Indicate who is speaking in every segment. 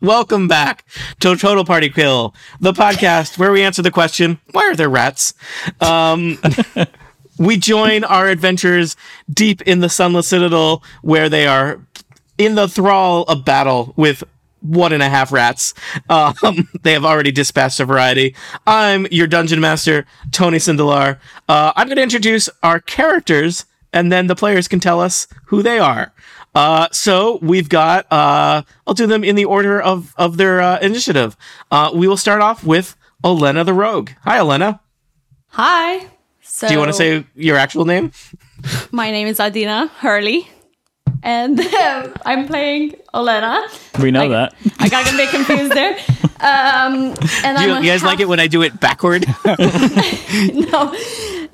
Speaker 1: Welcome back to Total Party Kill, the podcast where we answer the question, why are there rats? Um, we join our adventures deep in the Sunless Citadel, where they are in the thrall of battle with one and a half rats. Um, they have already dispatched a variety. I'm your dungeon master, Tony Sindelar. Uh, I'm going to introduce our characters, and then the players can tell us who they are. Uh, so we've got. Uh, I'll do them in the order of of their uh, initiative. Uh, we will start off with Elena the Rogue. Hi, Elena.
Speaker 2: Hi. So
Speaker 1: Do you want to say your actual name?
Speaker 2: my name is Adina Hurley, and um, I'm playing Olena.
Speaker 3: We know
Speaker 2: Like-
Speaker 3: that.
Speaker 2: I got a bit confused there. Um, and
Speaker 1: Do
Speaker 2: I'm
Speaker 1: you,
Speaker 2: a
Speaker 1: you guys
Speaker 2: half,
Speaker 1: like it when I do it backward?
Speaker 2: No,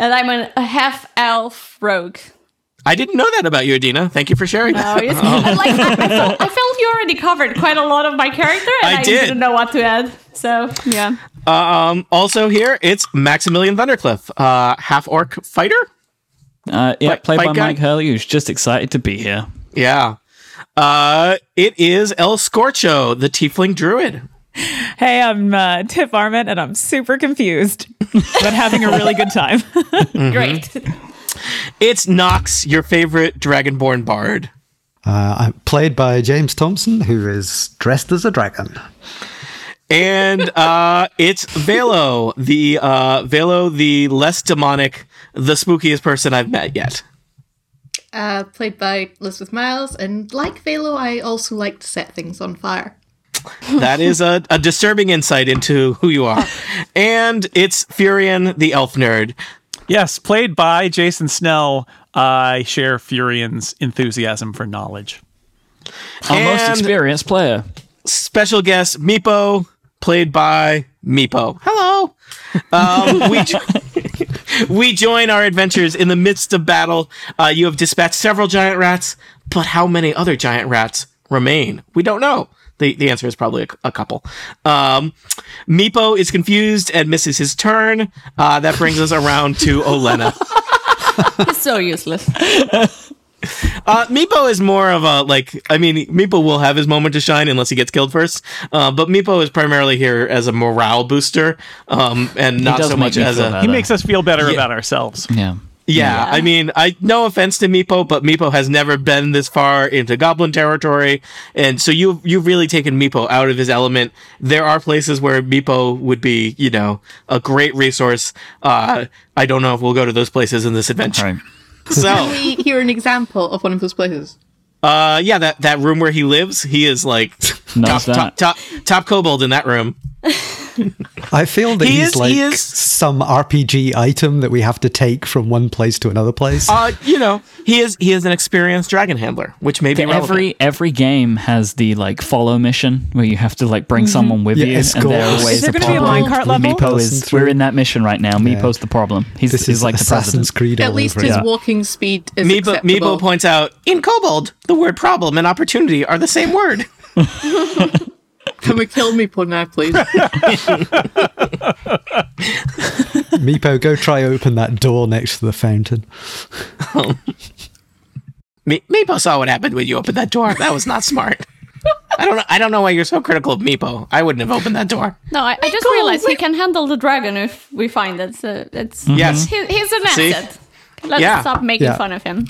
Speaker 2: and I'm an, a half elf rogue.
Speaker 1: I didn't know that about you, Adina. Thank you for sharing.
Speaker 2: No,
Speaker 1: that.
Speaker 2: it's- I, like, I, I felt, I felt you already covered quite a lot of my character, and
Speaker 1: I
Speaker 2: I,
Speaker 1: did.
Speaker 2: didn't know what to add. So yeah,
Speaker 1: Um, also here, it's Maximilian Thundercliff, uh, half orc fighter.
Speaker 3: Uh, yeah,
Speaker 1: Fight-
Speaker 3: played
Speaker 1: fight
Speaker 3: by
Speaker 1: guy?
Speaker 3: Mike Hurley, who's just excited to be here.
Speaker 1: Yeah. Uh, it is El Scorcho, the tiefling druid.
Speaker 4: Hey, I'm uh, Tiff Arment, and I'm super confused, but having a really good time.
Speaker 1: Mm-hmm.
Speaker 2: great.
Speaker 1: It's Nox, your favorite dragonborn bard.
Speaker 5: Uh, I'm played by James Thompson, who is dressed as a dragon.
Speaker 1: and uh, it's Velo, the uh, Velo, the less demonic, the spookiest person I've met yet.
Speaker 6: uh, played by Elizabeth Miles, and like Velo, I also like to set things on fire.
Speaker 1: That is a, a disturbing insight into who you are. And it's Furion, the elf nerd.
Speaker 7: Yes, played by Jason Snell. I share Furion's enthusiasm for knowledge.
Speaker 3: Our most
Speaker 1: And-
Speaker 3: experienced player.
Speaker 1: Special guest Meepo, played by Meepo. Hello. Um, we. jo- We join our adventures in the midst of battle. Uh, you have dispatched several giant rats, but how many other giant rats remain? We don't know. The, the answer is probably a, c- a couple. Um, Meepo is confused and misses his turn. Uh, that brings us around to Olena.
Speaker 2: It's so useless.
Speaker 1: Uh, Meepo is more of a like. I mean, Meepo will have his moment to shine unless he gets killed first. Uh, but Meepo is primarily here as a morale booster, um, and not
Speaker 3: does
Speaker 1: so
Speaker 3: make
Speaker 1: much
Speaker 3: me
Speaker 1: as
Speaker 3: feel
Speaker 1: a.
Speaker 3: better.
Speaker 7: He
Speaker 3: Uh,
Speaker 7: makes us feel better about ourselves.
Speaker 3: Yeah.
Speaker 1: Yeah, I mean, I no offense to Meepo, but Meepo has never been this far into goblin territory, and so you you've really taken Meepo out of his element. There are places where Meepo would be, you know, a great resource. Uh, I don't know if we'll go to those places in this adventure.
Speaker 3: Right.
Speaker 1: So.
Speaker 6: Can we hear an example of one of those places?
Speaker 1: Uh, yeah, that, that room where he lives, he is like top,
Speaker 3: Knows that.
Speaker 1: top top top kobold in that room.
Speaker 5: I feel that
Speaker 1: He
Speaker 5: he's
Speaker 1: is- he
Speaker 5: like
Speaker 1: is-
Speaker 5: some RPG item that we have to take from one place to another place.
Speaker 1: Uh, you know, he is he is an experienced dragon handler, which may be relevant.
Speaker 3: Every every game has the like follow mission where you have to like bring someone with
Speaker 5: Yeah,
Speaker 3: you,
Speaker 5: escort.
Speaker 3: and there are
Speaker 5: Is
Speaker 3: ways
Speaker 4: Mm-hmm. there
Speaker 3: the
Speaker 4: gonna be a
Speaker 3: problem.
Speaker 4: minecart level?
Speaker 3: Meepo
Speaker 5: Person
Speaker 3: is
Speaker 5: through-
Speaker 3: we're in that mission right now. Meepo's the problem. He's,
Speaker 5: this
Speaker 3: he's
Speaker 5: is
Speaker 3: like the
Speaker 5: Assassin's
Speaker 3: president.
Speaker 5: Creed. all
Speaker 6: At least
Speaker 5: over
Speaker 6: his
Speaker 5: again.
Speaker 6: walking speed is
Speaker 1: Meepo,
Speaker 6: acceptable.
Speaker 1: Meepo points out in kobold, the word problem and opportunity are the same word.
Speaker 6: Can we kill Meepo now, please?
Speaker 5: Meepo, go try open that door next to the fountain.
Speaker 1: Me- Meepo saw what happened when you opened that door. That was not smart. I don't know. I don't know why you're so critical of Meepo. I wouldn't have opened that door.
Speaker 5: Mm-hmm.
Speaker 2: No, I, I just realized he can handle the dragon if we find it. So it's
Speaker 1: Yes.
Speaker 2: he, he's an
Speaker 1: See?
Speaker 2: asset. Let's
Speaker 1: Yeah.
Speaker 2: stop making
Speaker 5: Yeah.
Speaker 2: fun of him.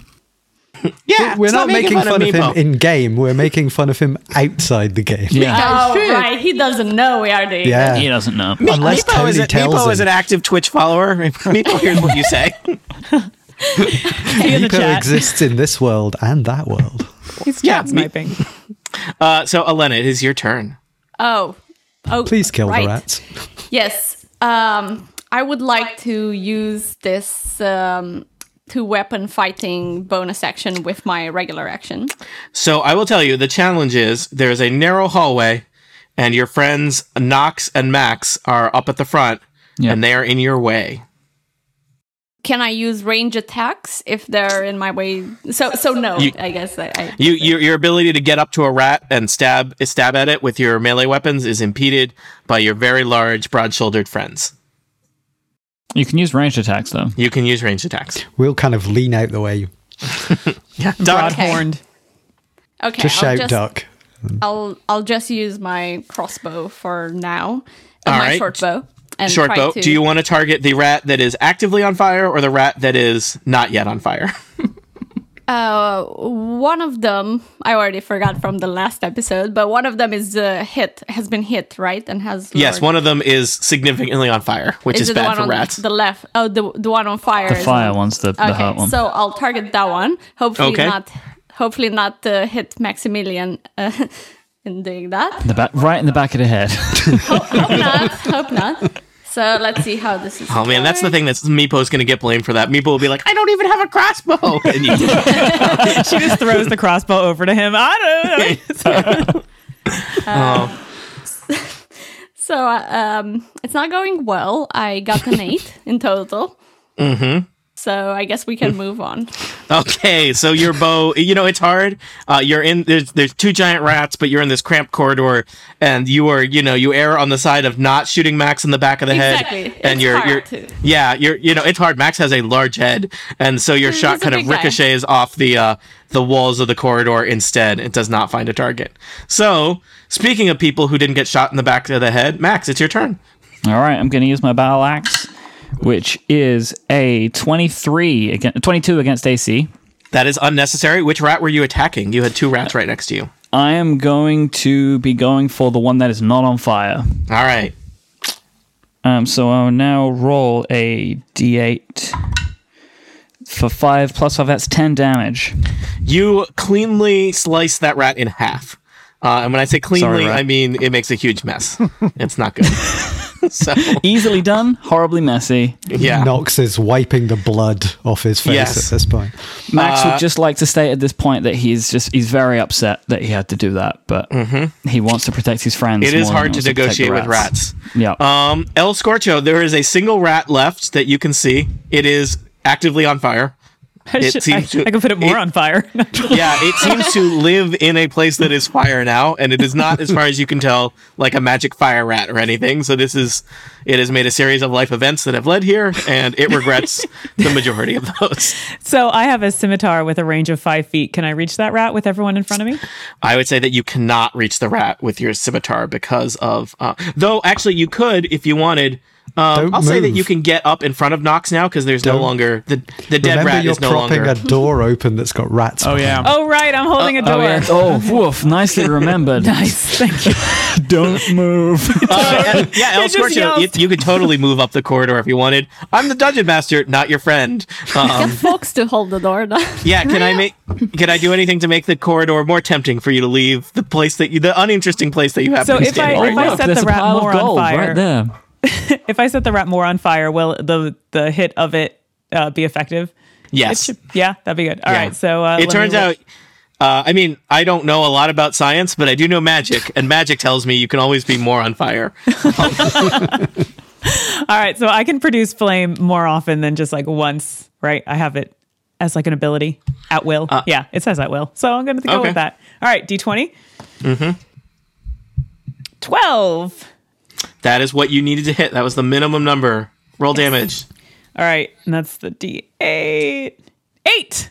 Speaker 1: Yeah,
Speaker 5: We're
Speaker 1: stop
Speaker 5: not making fun, of,
Speaker 1: Meepo.
Speaker 5: him in game. We're making fun of him outside the game.
Speaker 3: Yeah.
Speaker 2: Oh,
Speaker 6: true.
Speaker 2: right. He doesn't know we are doing
Speaker 5: Yeah.
Speaker 3: He doesn't know.
Speaker 5: Unless
Speaker 1: Meepo
Speaker 5: Tony
Speaker 1: is, a-
Speaker 5: tells
Speaker 1: Meepo is
Speaker 5: him.
Speaker 1: an active Twitch follower. Meepo hears what you say.
Speaker 4: Be in the
Speaker 5: Meepo
Speaker 4: chat.
Speaker 5: exists in this world and that world.
Speaker 4: He's
Speaker 1: Yeah,
Speaker 4: chat sniping.
Speaker 1: Uh, so, Elena, it is your turn.
Speaker 2: Oh. Oh,
Speaker 5: Please kill
Speaker 2: right.
Speaker 5: the rats.
Speaker 2: Yes. Um, I would like to use this um, two weapon fighting bonus action with my regular action.
Speaker 1: So I will tell you the challenge is there is a narrow hallway, and your friends Knox and Max are up at the front,
Speaker 3: Yeah.
Speaker 1: and they are in your way.
Speaker 2: Can I use range attacks if they're in my way? So, so no.
Speaker 1: You-
Speaker 2: I guess I. I
Speaker 1: You, your, your ability to get up to a rat and stab stab at it with your melee weapons is impeded by your very large, broad-shouldered friends.
Speaker 3: You can use ranged attacks though.
Speaker 1: You can use ranged attacks.
Speaker 5: We'll kind of lean out the way.
Speaker 1: Duck.
Speaker 4: Broad horned.
Speaker 2: okay.
Speaker 5: Just
Speaker 2: I'll
Speaker 5: shout, duck.
Speaker 2: I'll I'll just use my crossbow for now. and
Speaker 1: All
Speaker 2: my
Speaker 1: right.
Speaker 2: short bow. And
Speaker 1: Short
Speaker 2: try
Speaker 1: bow.
Speaker 2: to-
Speaker 1: Do you want to target the rat that is actively on fire or the rat that is not yet on fire?
Speaker 2: Uh, one of them I already forgot from the last episode, but one of them is uh, hit has been hit right and has
Speaker 1: Yes,
Speaker 2: lowered.
Speaker 1: one of them is significantly on fire, which is,
Speaker 2: it the
Speaker 1: bad
Speaker 2: one
Speaker 1: for
Speaker 2: on
Speaker 1: rats.
Speaker 2: the left. Oh, the the one on fire.
Speaker 3: The
Speaker 2: is-
Speaker 3: fire one's the, the
Speaker 2: Okay,
Speaker 3: hurt one.
Speaker 2: so I'll target that one. Hopefully
Speaker 1: Okay.
Speaker 2: not. Hopefully not uh, hit Maximilian uh, in doing that.
Speaker 3: the back, right in the back of the head.
Speaker 2: Hope not. Hope not. So let's see how this is.
Speaker 1: Oh man, that's the thing that's Meepo's gonna get blamed for that. Meepo will be like, I don't even have a crossbow. And you
Speaker 4: She just throws the crossbow over to him. I don't know.
Speaker 1: Um,
Speaker 2: So uh, um, it's not going well. I got an eight in total. Mm-hmm. So I guess we can
Speaker 1: Mm.
Speaker 2: move on.
Speaker 1: Okay, so your bow, you know, it's hard. Uh, you're in there's there's two giant rats, but you're in this cramped corridor, and you are you know you err on the side of not shooting Max in the back of the head,
Speaker 2: Exactly.
Speaker 1: and
Speaker 2: It's
Speaker 1: you're
Speaker 2: hard
Speaker 1: you're
Speaker 2: to-
Speaker 1: yeah you're you know it's hard. Max has a large head, and so your shot
Speaker 2: he's Mm, a
Speaker 1: kind of
Speaker 2: big guy.
Speaker 1: ricochets off the uh, the walls of the corridor instead. It does not find a target. So speaking of people who didn't get shot in the back of the head, Max, it's your turn.
Speaker 3: All right, I'm going to use my battle axe, which is a 23 against 22 against AC.
Speaker 1: That is unnecessary. Which rat were you attacking? You had two rats right next to you.
Speaker 3: I am going to be going for the one that is not on fire.
Speaker 1: All right.
Speaker 3: Um, so I'll now roll a d8 for five plus five. That's ten damage.
Speaker 1: You cleanly slice that rat in half. Uh, and when I say cleanly,
Speaker 3: rat.
Speaker 1: I mean it makes a huge mess. it's not good. so,
Speaker 3: Easily done, horribly messy.
Speaker 1: yeah.
Speaker 5: Knox is wiping the blood off his face
Speaker 1: Yes.
Speaker 5: at this point.
Speaker 3: Max
Speaker 1: Uh,
Speaker 3: would just like to state at this point that he's just he's very upset that he had to do that, but he wants to protect his friends.
Speaker 1: Mm-hmm. It
Speaker 3: more
Speaker 1: is
Speaker 3: than he
Speaker 1: hard to
Speaker 3: wants protect
Speaker 1: negotiate
Speaker 3: the
Speaker 1: with rats.
Speaker 3: Yeah.
Speaker 1: Um, El Scorcho, there is a single rat left that you can see. It is actively on fire. It
Speaker 4: Shit,
Speaker 1: seems
Speaker 4: I,
Speaker 1: to-
Speaker 4: I can put it more
Speaker 1: it-
Speaker 4: on fire.
Speaker 1: Yeah, it seems to live in a place that is fire now, and it is not, as far as you can tell, like a magic fire rat or anything. So this is, it has made a series of life events that have led here, and it regrets the majority of those.
Speaker 4: so I have a scimitar with a range of five feet. Can I reach that rat with everyone in front of me?
Speaker 1: I would say that you cannot reach the rat with your scimitar because of. Uh, though, actually, you could if you wanted. Um,
Speaker 5: Don't
Speaker 1: I'll say that
Speaker 5: move.
Speaker 1: you can get up in front of Nox now because there's no
Speaker 5: Don't.
Speaker 1: longer the the dead
Speaker 5: Remember,
Speaker 1: rat
Speaker 5: you're
Speaker 1: is no
Speaker 5: propping
Speaker 1: longer.
Speaker 5: a door open that's got rats.
Speaker 7: Oh yeah.
Speaker 4: Oh right, I'm holding
Speaker 1: Uh,
Speaker 4: a door.
Speaker 3: Oh yeah. Oh, woof! Nicely remembered.
Speaker 4: Nice, thank you.
Speaker 3: Don't move.
Speaker 1: Uh, and- yeah, El
Speaker 4: just
Speaker 1: Scorcho,
Speaker 4: yells.
Speaker 1: you, you could totally move up the corridor if you wanted. I'm the dungeon master, not your friend.
Speaker 2: Get
Speaker 1: Um,
Speaker 2: folks to hold the door. though.
Speaker 1: yeah, can I make? Can I do anything to make the corridor more tempting for you to leave the place that you, the uninteresting place that you have?
Speaker 4: So
Speaker 1: to be
Speaker 4: if I-
Speaker 1: standing right
Speaker 4: if I
Speaker 1: now?
Speaker 4: set
Speaker 3: there's
Speaker 4: the
Speaker 3: a
Speaker 4: rat
Speaker 3: pile of
Speaker 4: more on
Speaker 3: gold
Speaker 4: fire.
Speaker 3: right there.
Speaker 4: If I set the rat more on fire, will the the hit of it uh, be effective?
Speaker 1: yes,
Speaker 4: Yeah, that'd be good. All right,
Speaker 1: Yeah.
Speaker 4: so uh,
Speaker 1: it
Speaker 4: let
Speaker 1: turns
Speaker 4: me roll-
Speaker 1: out. Uh, I mean, I don't know a lot about science, but I do know magic, and magic tells me you can always be more on fire.
Speaker 4: All right, so I can produce flame more often than just like once, right? I have it as like an ability at will.
Speaker 3: Uh,
Speaker 4: yeah, it says at will, so I'm going to go
Speaker 1: Okay.
Speaker 4: with that. All right, D20. Mm-hmm. Twelve.
Speaker 1: That is what you needed to hit. That was the minimum number. Roll damage.
Speaker 4: All right, and that's the D8. Eight.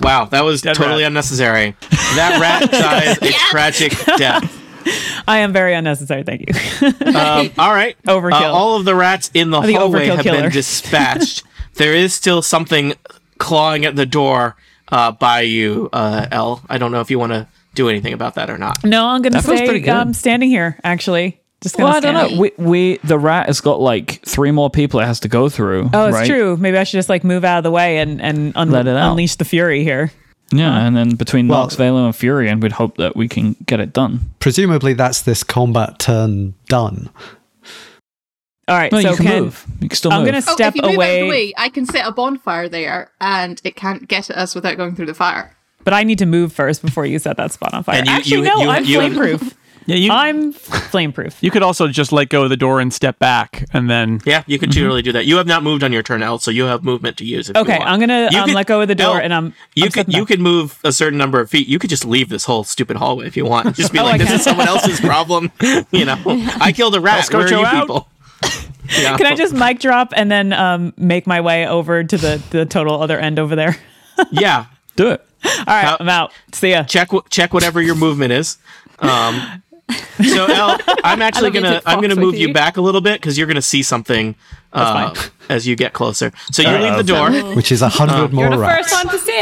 Speaker 1: Wow, that was
Speaker 7: Dead
Speaker 1: totally
Speaker 7: rat.
Speaker 1: unnecessary. That rat dies a tragic death.
Speaker 4: I am very unnecessary. Thank you.
Speaker 1: Um, all right,
Speaker 4: Overkill.
Speaker 1: Uh, all of the rats in the,
Speaker 4: The
Speaker 1: hallway
Speaker 4: overkill
Speaker 1: have
Speaker 4: killer.
Speaker 1: been dispatched. there is still something clawing at the door uh, by you, uh, L. I don't know if you want to do anything about that or not.
Speaker 4: No, I'm going to
Speaker 3: That feels
Speaker 4: stay
Speaker 3: pretty good.
Speaker 4: um, standing here, actually. Just gonna
Speaker 3: Well, I don't
Speaker 4: stand.
Speaker 3: know. We, we the rat has got like three more people it has to go through.
Speaker 4: Oh, it's
Speaker 3: right?
Speaker 4: true. Maybe I should just like move out of the way and and un-
Speaker 3: Let it out.
Speaker 4: unleash the fury here.
Speaker 3: Yeah, and then between
Speaker 5: Well-
Speaker 3: Nox, Valo, and Furion, we'd hope that we can get it done.
Speaker 5: Presumably, that's this combat turn done.
Speaker 4: All right,
Speaker 3: No,
Speaker 4: so
Speaker 3: you can,
Speaker 4: can-
Speaker 3: move. You can still
Speaker 4: I'm
Speaker 3: move.
Speaker 4: gonna
Speaker 6: oh, if
Speaker 4: step
Speaker 6: you move out of
Speaker 4: away,
Speaker 6: the way, I can set a bonfire there, and it can't get at us without going through the fire.
Speaker 4: but I need to move first before you set that spot on fire.
Speaker 1: And you-
Speaker 4: Actually,
Speaker 1: you-
Speaker 4: no,
Speaker 1: you-
Speaker 4: I'm
Speaker 1: you-
Speaker 4: flame proof.
Speaker 7: yeah. You
Speaker 4: I'm flame proof.
Speaker 7: you could also just let go of the door and step back, and then
Speaker 1: Yeah, you could totally do that. You have not moved on your turn, L, so you have movement to use. If
Speaker 4: Mm-hmm. Okay,
Speaker 1: you want.
Speaker 4: I'm gonna,
Speaker 1: You
Speaker 4: um, let go of the door
Speaker 1: Elle,
Speaker 4: and I'm-
Speaker 1: You
Speaker 4: I'm
Speaker 1: could
Speaker 4: stepping
Speaker 1: you
Speaker 4: back.
Speaker 1: could move a certain number of feet. You could just leave this whole stupid hallway if you want. Just be
Speaker 4: Oh, I
Speaker 1: like, this
Speaker 4: can.
Speaker 1: is someone else's problem. you know, I killed a rat. Where
Speaker 7: Scorcho
Speaker 1: are you
Speaker 7: out.
Speaker 1: people? Yeah.
Speaker 4: Can I just mic drop and then um, make my way over to the the total other end over there?
Speaker 1: Yeah.
Speaker 3: do it.
Speaker 4: All right, I'm out. See ya.
Speaker 1: check wh- check whatever your movement is. Um, so Al, I'm actually
Speaker 2: I don't mean
Speaker 1: gonna
Speaker 2: to
Speaker 1: I'm
Speaker 2: fox
Speaker 1: gonna
Speaker 2: with
Speaker 1: move you
Speaker 2: you.
Speaker 1: back a little bit because you're gonna see something uh, as you get closer. So you leave the door.
Speaker 5: which is a hundred more
Speaker 2: You're the
Speaker 5: rats.
Speaker 2: first one to see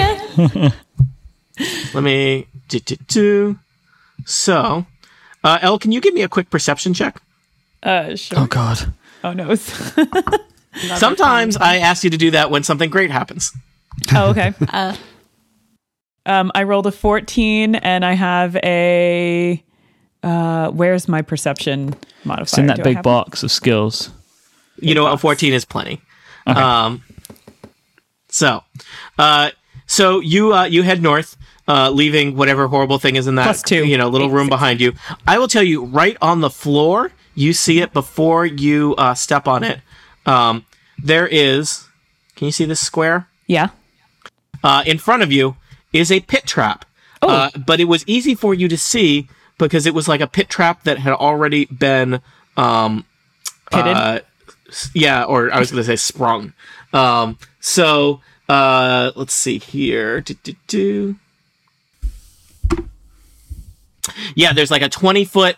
Speaker 2: it.
Speaker 1: Let me do, do, do. So, uh, L, can you give me a quick perception check?
Speaker 4: Uh,
Speaker 5: Oh
Speaker 4: sure.
Speaker 5: god.
Speaker 4: Oh no.
Speaker 1: Sometimes I ask you to do that when something great happens.
Speaker 4: oh okay.
Speaker 2: Uh,
Speaker 4: Um, I rolled a 14 and I have a. Uh, where's my perception modifier?
Speaker 3: It's in that
Speaker 4: Do I
Speaker 3: big
Speaker 4: have-
Speaker 3: box of skills.
Speaker 1: you know, a 14 is plenty. Um, so, uh, so you uh, you head north, uh, leaving whatever horrible thing is in that
Speaker 4: Plus two.
Speaker 1: you know little room behind you. I will tell you right on the floor. You see it before you uh, step on it. Um, there is. Can you see this square?
Speaker 4: Yeah.
Speaker 1: uh, in front of you is a pit trap. Uh, but it was easy for you to see because it was like a pit trap that had already been, um,
Speaker 4: Pitted?
Speaker 1: uh, s- yeah, or I was going to say sprung. Um, so uh, let's see here. Do, do, do. Yeah, there's like a 20 foot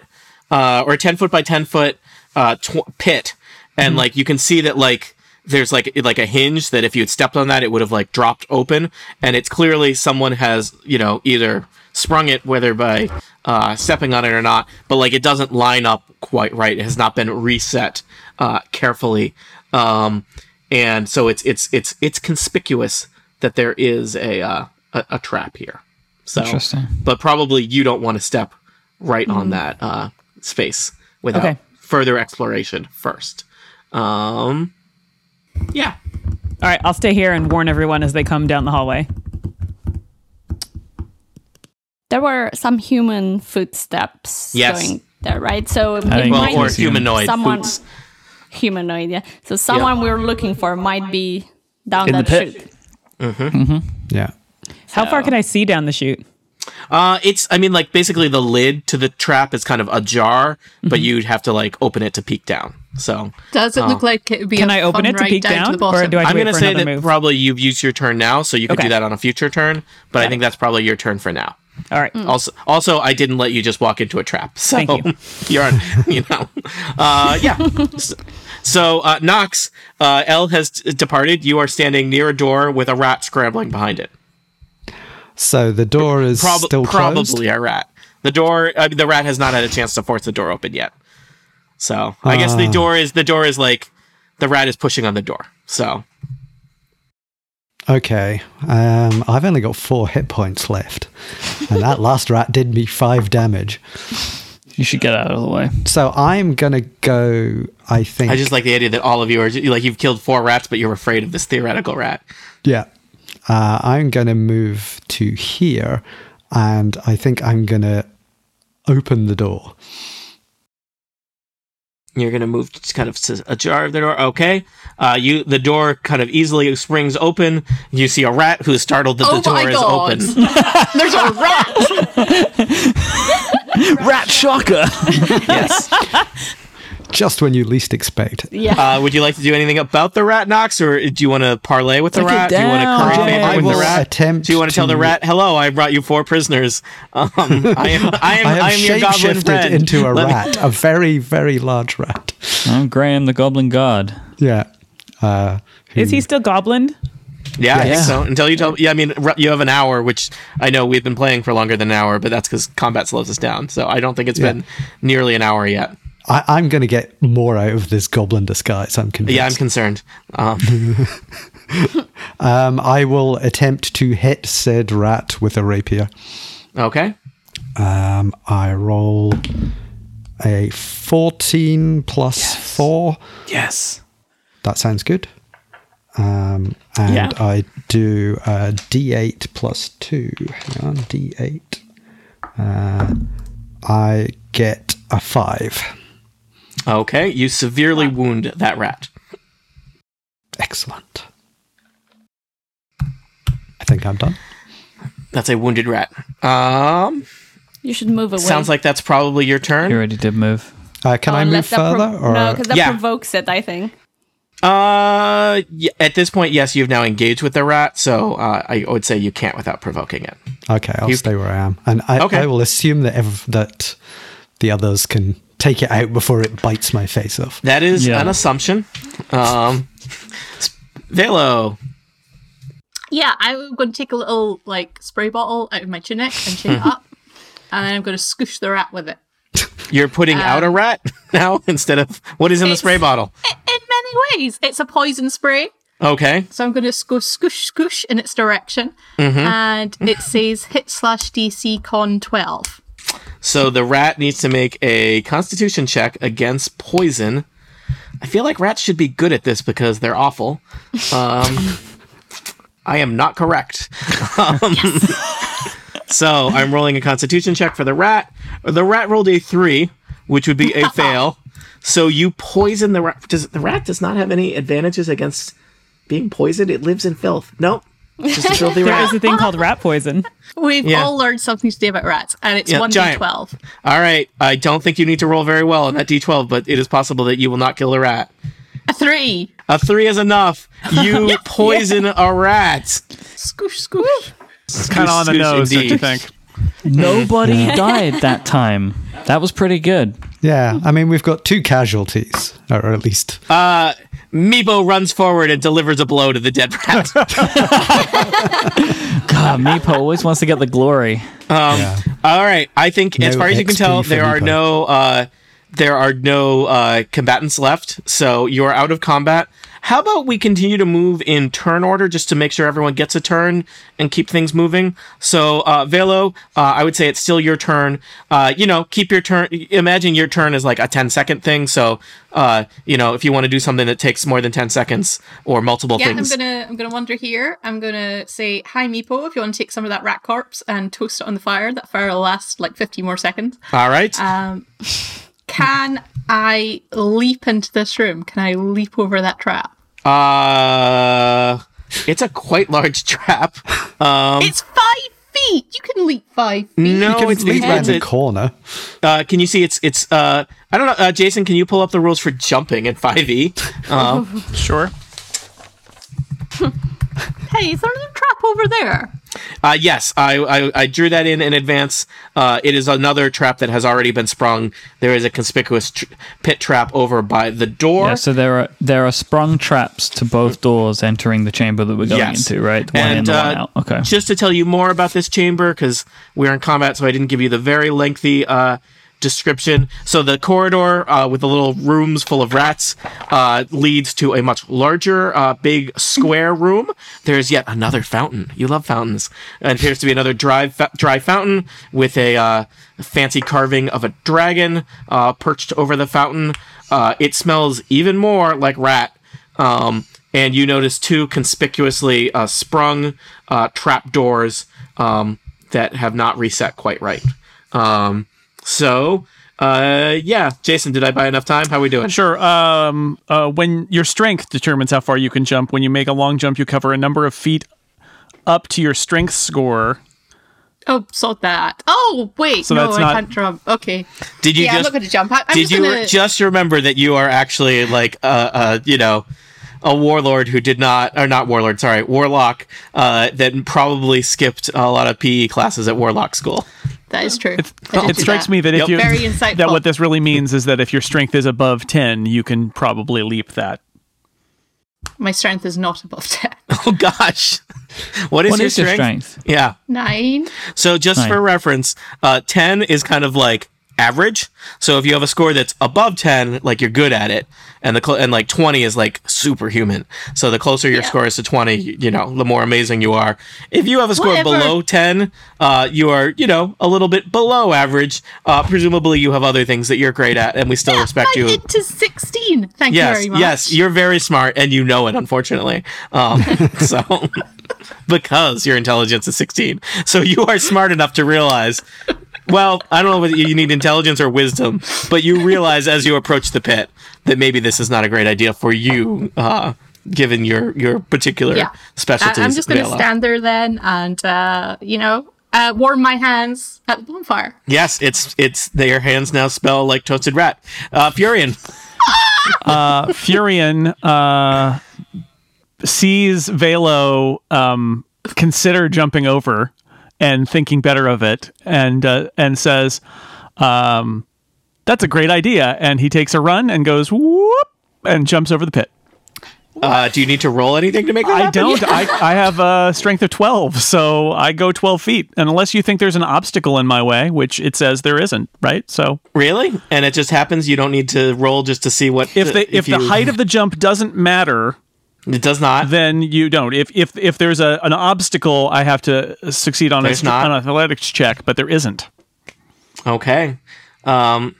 Speaker 1: uh, or 10 foot by 10 foot uh, tw- pit. And like you can see that like there's like it- like a hinge that if you had stepped on that, it would have like dropped open. And it's clearly someone has, you know, either sprung it, whether by uh, stepping on it or not. But like it doesn't line up quite right. It has not been reset uh, carefully. Um, and so it's it's it's it's conspicuous that there is a uh, a, a trap here. So,
Speaker 3: Interesting.
Speaker 1: But probably you don't want to step right on that uh, space without
Speaker 4: Mm-hmm. Okay.
Speaker 1: further exploration first. Um, yeah.
Speaker 4: All right. I'll stay here and warn everyone as they come down the hallway.
Speaker 2: there were some human footsteps
Speaker 1: Yes.
Speaker 2: going there, right? So it
Speaker 3: think
Speaker 2: might
Speaker 3: Mine
Speaker 1: Well, or
Speaker 3: is
Speaker 2: be
Speaker 1: humanoid
Speaker 2: someone
Speaker 1: boots.
Speaker 2: humanoid. Yeah. So someone we're looking for might be down
Speaker 3: In the
Speaker 2: that
Speaker 3: pit.
Speaker 2: chute.
Speaker 5: Yeah.
Speaker 4: How far can I see down the chute?
Speaker 1: Uh, it's. I mean, like basically the lid to the trap is kind of ajar,
Speaker 4: Mm-hmm.
Speaker 1: but you'd have to like open it to peek down. So
Speaker 6: Does it look like it would be
Speaker 4: Oh. Can
Speaker 6: a
Speaker 4: I open
Speaker 6: fun
Speaker 4: it to
Speaker 6: ride
Speaker 4: peek
Speaker 6: down, to
Speaker 4: down,
Speaker 6: the bottom?
Speaker 4: or do I have
Speaker 1: I'm
Speaker 4: to wait
Speaker 1: gonna
Speaker 4: for
Speaker 1: say
Speaker 4: another
Speaker 1: that
Speaker 4: move?
Speaker 1: probably you've used your turn now, so you could do
Speaker 4: Okay.
Speaker 1: that on a future turn. But I think that's probably your turn for now.
Speaker 4: All right.
Speaker 1: Also, also, I didn't let you just walk into a trap. So
Speaker 4: Thank you.
Speaker 1: you're on, you know, uh, yeah. S- So uh, Knox, uh, L has d- departed. You are standing near a door with a rat scrambling behind it.
Speaker 5: So the door is
Speaker 1: Prob-
Speaker 5: still
Speaker 1: probably
Speaker 5: closed.
Speaker 1: a rat. The door, I mean, the rat has not had a chance to force the door open yet. So I guess the
Speaker 5: Ah.
Speaker 1: door is the door is like the rat is pushing on the door. So
Speaker 5: Okay. Um, I've only got four hit points left, and that last rat did me five damage.
Speaker 3: You should get out of the way.
Speaker 5: So I'm gonna go. I think.
Speaker 1: I just like the idea that all of you are like you've killed four rats, but you're afraid of this theoretical rat.
Speaker 5: Yeah. Uh, I'm going to move to here and I think I'm going to open the door.
Speaker 1: You're gonna move just kind of s- ajar of the door. Okay, uh, you the door kind of easily springs open. You see a rat who is startled that
Speaker 6: Oh
Speaker 1: the door
Speaker 6: my
Speaker 1: is
Speaker 6: God.
Speaker 1: open.
Speaker 6: There's a rat.
Speaker 3: Rat shocker.
Speaker 1: yes.
Speaker 5: Just when you least expect. it.
Speaker 2: Yeah.
Speaker 1: Uh, would you like to do anything about the rat, Knox, or do you want to parlay with the
Speaker 3: Take it
Speaker 1: rat? Do you want
Speaker 3: down,
Speaker 1: to curry
Speaker 3: James.
Speaker 1: favor
Speaker 5: I
Speaker 1: with the
Speaker 5: will
Speaker 1: rat?
Speaker 5: attempt
Speaker 1: Do you want to tell the
Speaker 5: to-
Speaker 1: rat, "Hello, I brought you four prisoners. Um, I am, I am,
Speaker 5: I
Speaker 1: I
Speaker 5: have
Speaker 1: am your goblin
Speaker 5: shapeshifted
Speaker 1: friend."
Speaker 5: into a
Speaker 1: Let me-
Speaker 5: rat, a very, very large rat.
Speaker 3: I'm Graham, the Goblin God.
Speaker 5: Yeah. Uh, who-
Speaker 4: Is he still goblin?
Speaker 1: yeah, I think
Speaker 3: Yeah.
Speaker 1: so. Until you tell, yeah, I mean, r- you have an hour, which I know we've been playing for longer than an hour, but that's because combat slows us down. So I don't think it's
Speaker 5: Yeah.
Speaker 1: been nearly an hour yet.
Speaker 5: I, I'm going to get more out of this goblin disguise, I'm convinced.
Speaker 1: Yeah, I'm concerned. Um,
Speaker 5: um, I will attempt to hit said rat with a rapier.
Speaker 1: okay.
Speaker 5: Um, I roll a 14 plus 4.
Speaker 7: Yes.
Speaker 5: That sounds good. Um, and
Speaker 4: Yeah.
Speaker 5: I do uh, D8 plus 2. Hang on, D8. Uh, I get a 5.
Speaker 1: Okay. You severely wound that rat.
Speaker 5: Excellent. I think I'm done.
Speaker 1: That's a wounded rat. Um,
Speaker 2: you should move away.
Speaker 1: sounds like that's probably your turn.
Speaker 3: You already did move.
Speaker 5: Uh, can
Speaker 2: Oh,
Speaker 5: I move
Speaker 2: unless that
Speaker 5: further?
Speaker 2: Pro-
Speaker 5: or
Speaker 2: no, because that
Speaker 1: Yeah.
Speaker 2: provokes it. I think.
Speaker 1: Uh, y- at this point, yes, you've now engaged with the rat, so uh, I would say you can't without provoking it.
Speaker 5: Okay, I'll
Speaker 1: You-
Speaker 5: stay where I am, and I,
Speaker 1: Okay.
Speaker 5: I will assume that ev- that the others can take it out before it bites my face off.
Speaker 1: That is
Speaker 3: Yeah.
Speaker 1: an assumption. Um, Velo,
Speaker 6: Yeah, I'm going to take a little like spray bottle out of my tunic and shake
Speaker 4: Hmm.
Speaker 6: it up, and then I'm going to scoosh the rat with it.
Speaker 1: you're putting out a rat now instead of what is in the
Speaker 6: It's-
Speaker 1: spray bottle.
Speaker 6: I- In many ways, it's a poison spray,
Speaker 1: Okay.
Speaker 6: so I'm going to go scoosh scoosh in its direction,
Speaker 1: Mm-hmm.
Speaker 6: and it says hit slash DC con twelve.
Speaker 1: So the rat needs to make a constitution check against poison. I feel like rats should be good at this because they're awful. Um, I am not correct. Um, so I'm rolling a constitution check for the rat. The rat rolled a three, which would be a fail. So you poison the rat. Does, the rat does not have any advantages against being poisoned. It lives in filth. Nope. It's Just a filthy
Speaker 4: There
Speaker 1: rat.
Speaker 4: is a thing called rat poison.
Speaker 6: We've
Speaker 1: Yeah.
Speaker 6: all learned something today about rats, and it's
Speaker 1: Yeah,
Speaker 6: one d
Speaker 1: giant.
Speaker 6: twelve.
Speaker 1: All right. I don't think you need to roll very well on that d12, but it is possible that you will not kill the rat.
Speaker 6: A three.
Speaker 1: A three is enough. You poison a rat.
Speaker 6: Scoosh scoosh.
Speaker 7: It's kind of on the
Speaker 1: Scoosh,
Speaker 7: nose, don't you
Speaker 1: indeed.
Speaker 7: think?
Speaker 3: Nobody died that time. That was pretty good.
Speaker 5: Yeah, I mean we've got two casualties, or at least
Speaker 1: Meepo runs forward and delivers a blow to the dead rat.
Speaker 3: God, Meepo always wants to get the glory.
Speaker 1: Um,
Speaker 5: yeah.
Speaker 1: All right. I think, as
Speaker 5: No
Speaker 1: far as you can
Speaker 5: XP
Speaker 1: tell,
Speaker 5: for
Speaker 1: there are
Speaker 5: Meepo.
Speaker 1: no uh, there are no uh, combatants left, so you are out of combat. How about we continue to move in turn order just to make sure everyone gets a turn and keep things moving? So, uh, Velo, uh, I would say it's still your turn. Uh, you know, keep your turn. Imagine your turn is like a 10 second thing. So, uh, you know, if you want to do something that takes more than 10 seconds or multiple
Speaker 6: Yeah,
Speaker 1: things.
Speaker 6: I'm gonna I'm gonna wander here. I'm gonna say hi, Meepo. If you want to take some of that rat corpse and toast it on the fire, that fire will last like 50 more seconds. Um,
Speaker 1: All right.
Speaker 6: Can I leap into this room? Can I leap over that trap?
Speaker 1: Uh, it's a quite large trap. Um,
Speaker 6: It's five feet. You can leap five feet.
Speaker 1: no,
Speaker 5: can
Speaker 1: oh, it's,
Speaker 5: leap
Speaker 1: it's,
Speaker 5: around
Speaker 1: it's
Speaker 5: the
Speaker 1: a-
Speaker 5: corner.
Speaker 1: uh, can you see it's it's uh I don't know uh, Jason can you pull up the rules for jumping in 5e um,
Speaker 7: Sure.
Speaker 6: Hey, is there another trap over there?
Speaker 1: uh, yes I, I I drew that in in advance uh, it is another trap that has already been sprung there is a conspicuous tr- pit trap over by the door
Speaker 3: Yeah, so there are there are sprung traps to both doors entering the chamber that we're going
Speaker 1: Yes.
Speaker 3: into, right? The one in,
Speaker 1: And,
Speaker 3: the one
Speaker 1: uh,
Speaker 3: out. Okay.
Speaker 1: just to tell you more about this chamber because we're in combat so i didn't give you the very lengthy uh, description so the corridor uh, with the little rooms full of rats uh, leads to a much larger uh, big square room there is yet another fountain you love fountains and appears to be another dry, fa- dry fountain with a uh, fancy carving of a dragon uh, perched over the fountain uh, it smells even more like rat um, and you notice two conspicuously uh, sprung uh, trap doors um, that have not reset quite right. Um, so, uh, yeah, Jason, did I buy enough time? How we doing?
Speaker 7: Sure. Um, uh, when your strength determines how far you can jump, when you make a long jump, you cover a number of feet up to your strength score.
Speaker 6: Oh, sod that. Oh, wait.
Speaker 7: So
Speaker 6: no,
Speaker 7: that's
Speaker 6: I
Speaker 7: not-
Speaker 6: can't jump. Okay.
Speaker 1: Did you
Speaker 6: yeah, I'm
Speaker 1: just
Speaker 6: not gonna jump. I- I'm
Speaker 1: did
Speaker 6: just
Speaker 1: you
Speaker 6: gonna-
Speaker 1: just remember that you are actually like uh, uh, you know a warlord who did not or not warlord sorry warlock uh, that probably skipped a lot of PE classes at warlock school.
Speaker 6: That is true. I did
Speaker 7: It
Speaker 6: do
Speaker 7: strikes me that if
Speaker 1: Yep.
Speaker 7: you
Speaker 6: Very insightful.
Speaker 7: that what this really means is that if your strength is above ten, you can probably leap that.
Speaker 6: my strength is not above ten.
Speaker 1: Oh gosh, what is,
Speaker 3: What
Speaker 1: your,
Speaker 3: is your
Speaker 1: strength?
Speaker 3: strength?
Speaker 1: Yeah.
Speaker 6: Nine.
Speaker 1: So just
Speaker 3: Right.
Speaker 1: for reference, uh, 10 is kind of like average. So if you have a score that's above 10, like you're good at it, and the cl- and like 20 is like superhuman. So the closer your
Speaker 6: Yeah.
Speaker 1: score is to 20, you, you know, the more amazing you are. If you have a score
Speaker 6: Whatever.
Speaker 1: below 10, uh, you are, you know, a little bit below average. Uh, presumably you have other things that you're great at and we still respect
Speaker 6: I'm
Speaker 1: you.
Speaker 6: into sixteen. Thank you
Speaker 1: Yes,
Speaker 6: very much.
Speaker 1: yes, you're very smart and you know it, unfortunately. Um, so, because your intelligence is 16. So, you are smart enough to realize, well, I don't know whether you need intelligence or wisdom, but you realize as you approach the pit that maybe this is not a great idea for you, uh, given your, your particular
Speaker 6: Yeah.
Speaker 1: specialties.
Speaker 6: I- I'm just going to
Speaker 1: Vela.
Speaker 6: stand there then and, uh, you know, uh, warm my hands at the bonfire.
Speaker 1: Yes, it's, it's, their hands now spell like toasted rat. Uh, Furion.
Speaker 7: uh, Furion uh, sees Velo um, consider jumping over and thinking better of it, and uh, and says, um, "That's a great idea." And he takes a run and goes whoop and jumps over the pit.
Speaker 1: Uh, do you need to roll anything to make that
Speaker 7: I
Speaker 1: happen?
Speaker 7: don't. I, I have a strength of 12, so I go 12 feet. And unless you think there's an obstacle in my way, which it says there isn't, right? So
Speaker 1: Really? And it just happens. You don't need to roll just to see what
Speaker 7: if the, if the
Speaker 1: you-
Speaker 7: height of the jump doesn't matter,
Speaker 1: it does not.
Speaker 7: then you don't. If if if there's a an obstacle, I have to succeed on, a,
Speaker 1: There's not.
Speaker 7: on an athletics check, but there isn't.
Speaker 1: Okay. Um,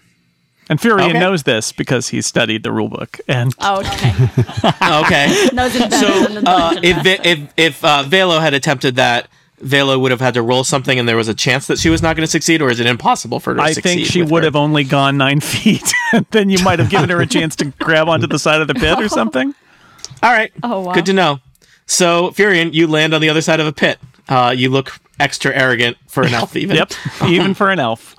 Speaker 7: And Furion
Speaker 1: Okay.
Speaker 7: knows this because he studied the rulebook. And
Speaker 2: Oh, Okay.
Speaker 1: okay.
Speaker 2: No, it's better
Speaker 1: so
Speaker 2: than the
Speaker 1: uh,
Speaker 2: dungeon
Speaker 1: if
Speaker 2: master.
Speaker 1: Ve- if if uh, Velo had attempted that, Velo would have had to roll something, and there was a chance that she was not going to succeed, or is it impossible for her? to
Speaker 7: I
Speaker 1: succeed
Speaker 7: think she
Speaker 1: with
Speaker 7: would
Speaker 1: her?
Speaker 7: have only gone nine feet. and then you might have given her a chance to grab onto the side of the pit or something.
Speaker 1: All right.
Speaker 2: Oh, wow.
Speaker 1: Good to know. So Furion, you land on the other side of a pit. Uh, you look extra arrogant for an elf, even.
Speaker 7: Yep, even for an elf.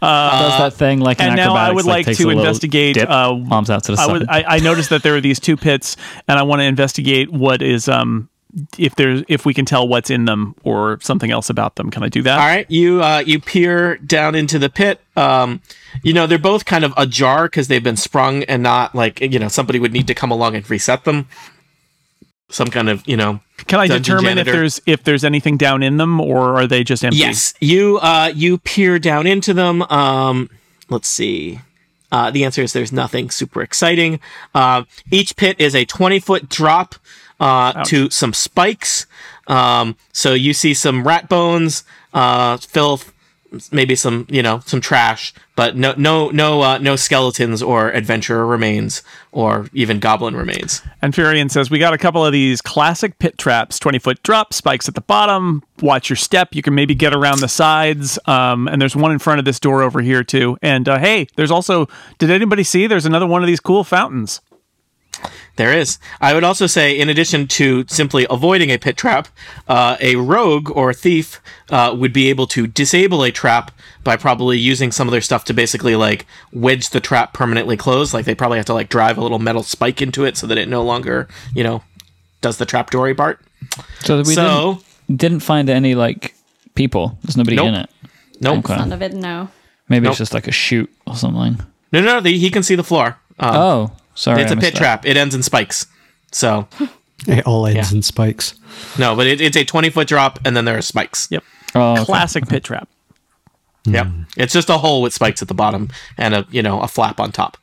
Speaker 3: does that thing like an
Speaker 7: and now I
Speaker 3: acrobatics,
Speaker 7: would like
Speaker 3: takes
Speaker 7: to
Speaker 3: a little
Speaker 7: investigate,
Speaker 3: dip,
Speaker 7: uh,
Speaker 3: arms out to the
Speaker 7: I,
Speaker 3: side.
Speaker 7: would, I, I noticed that there are these two pits, and I want to investigate what is um if there's if we can tell what's in them or something else about them. Can I do that?
Speaker 1: All right, you uh, you peer down into the pit. Um, you know they're both kind of ajar because they've been sprung and not like you know somebody would need to come along and reset them. Some kind of you know
Speaker 7: Can I
Speaker 1: Dungeon
Speaker 7: determine
Speaker 1: janitor.
Speaker 7: if there's if there's anything down in them or are they just empty?
Speaker 1: Yes, you uh, you peer down into them. Um, let's see. Uh, the answer is there's nothing super exciting. Uh, each pit is a 20 foot drop uh, to some spikes. Um, so you see some rat bones, uh, filth, maybe some you know some trash, but no no no uh, no skeletons or adventurer remains or even goblin remains.
Speaker 7: And Furion says we got a couple of these classic pit traps: twenty foot drop, spikes at the bottom. Watch your step. You can maybe get around the sides. Um, and there's one in front of this door over here too. And uh, hey, there's also did anybody see? There's another one of these cool fountains.
Speaker 1: There is. I would also say, in addition to simply avoiding a pit trap, uh, a rogue or a thief uh, would be able to disable a trap by probably using some of their stuff to basically like wedge the trap permanently closed. Like they probably have to like drive a little metal spike into it so that it no longer, you know, does the trap dory part.
Speaker 3: so we
Speaker 1: so,
Speaker 3: didn't, didn't find any like people. There's nobody
Speaker 1: Nope.
Speaker 3: in it.
Speaker 1: nope.
Speaker 3: Okay.
Speaker 2: None of it. No.
Speaker 3: Maybe
Speaker 1: Nope.
Speaker 3: it's just like a chute or something.
Speaker 1: No, no, no. The, he can see the floor. Um,
Speaker 3: Oh, sorry.
Speaker 1: it's
Speaker 3: a
Speaker 1: a pit trap. It ends in spikes. So,
Speaker 5: It all ends
Speaker 1: Yeah.
Speaker 5: in spikes.
Speaker 1: no, but it, it's a 20 foot drop and then there are spikes.
Speaker 7: Yep.
Speaker 3: Oh, okay.
Speaker 7: Classic pit trap.
Speaker 1: Yep. It's just a hole with spikes at the bottom and a you know a flap on top.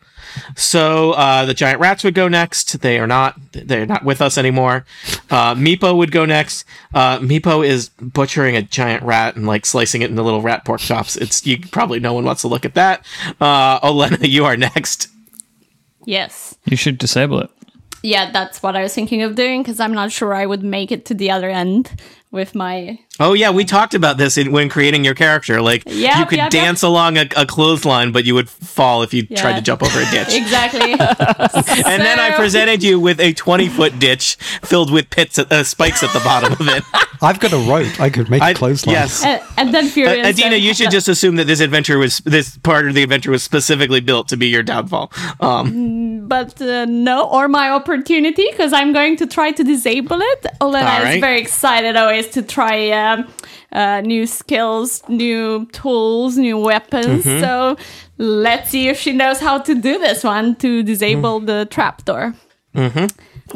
Speaker 1: So uh, the giant rats would go next. They are not. They're not with us anymore. Uh, Meepo would go next. Uh, Meepo is butchering a giant rat and like slicing it into little rat pork chops. It's you probably no one wants to look at that. Uh, Olena, you are next.
Speaker 2: Yes.
Speaker 3: You should disable it.
Speaker 2: Yeah, that's what I was thinking of doing because I'm not sure I would make it to the other end with my.
Speaker 1: Oh yeah, we talked about this in, when creating your character. Like
Speaker 2: Yep,
Speaker 1: you could
Speaker 2: yep, yep.
Speaker 1: dance along a, a clothesline, but you would fall if you tried
Speaker 2: Yeah.
Speaker 1: to jump over a ditch.
Speaker 2: Exactly.
Speaker 1: And then I
Speaker 2: So-
Speaker 1: presented you with a 20 foot ditch filled with pits, uh, spikes at the bottom of it.
Speaker 5: I've got a rope. I could make
Speaker 1: I-
Speaker 5: a clothesline.
Speaker 1: yes.
Speaker 2: and, and then
Speaker 1: Uh,
Speaker 2: Furion.
Speaker 1: Adina,
Speaker 2: said-
Speaker 1: you should just assume that this adventure was this part of the adventure was specifically built to be your downfall. Um,
Speaker 2: But uh, no, or my opportunity because I'm going to try to disable it. Olena
Speaker 1: All right.
Speaker 2: is very excited always to try um, uh, new skills, new tools, new weapons.
Speaker 1: Mm-hmm.
Speaker 2: So let's see if she knows how to do this one to disable
Speaker 1: Mm.
Speaker 2: the trapdoor.
Speaker 1: Mm-hmm.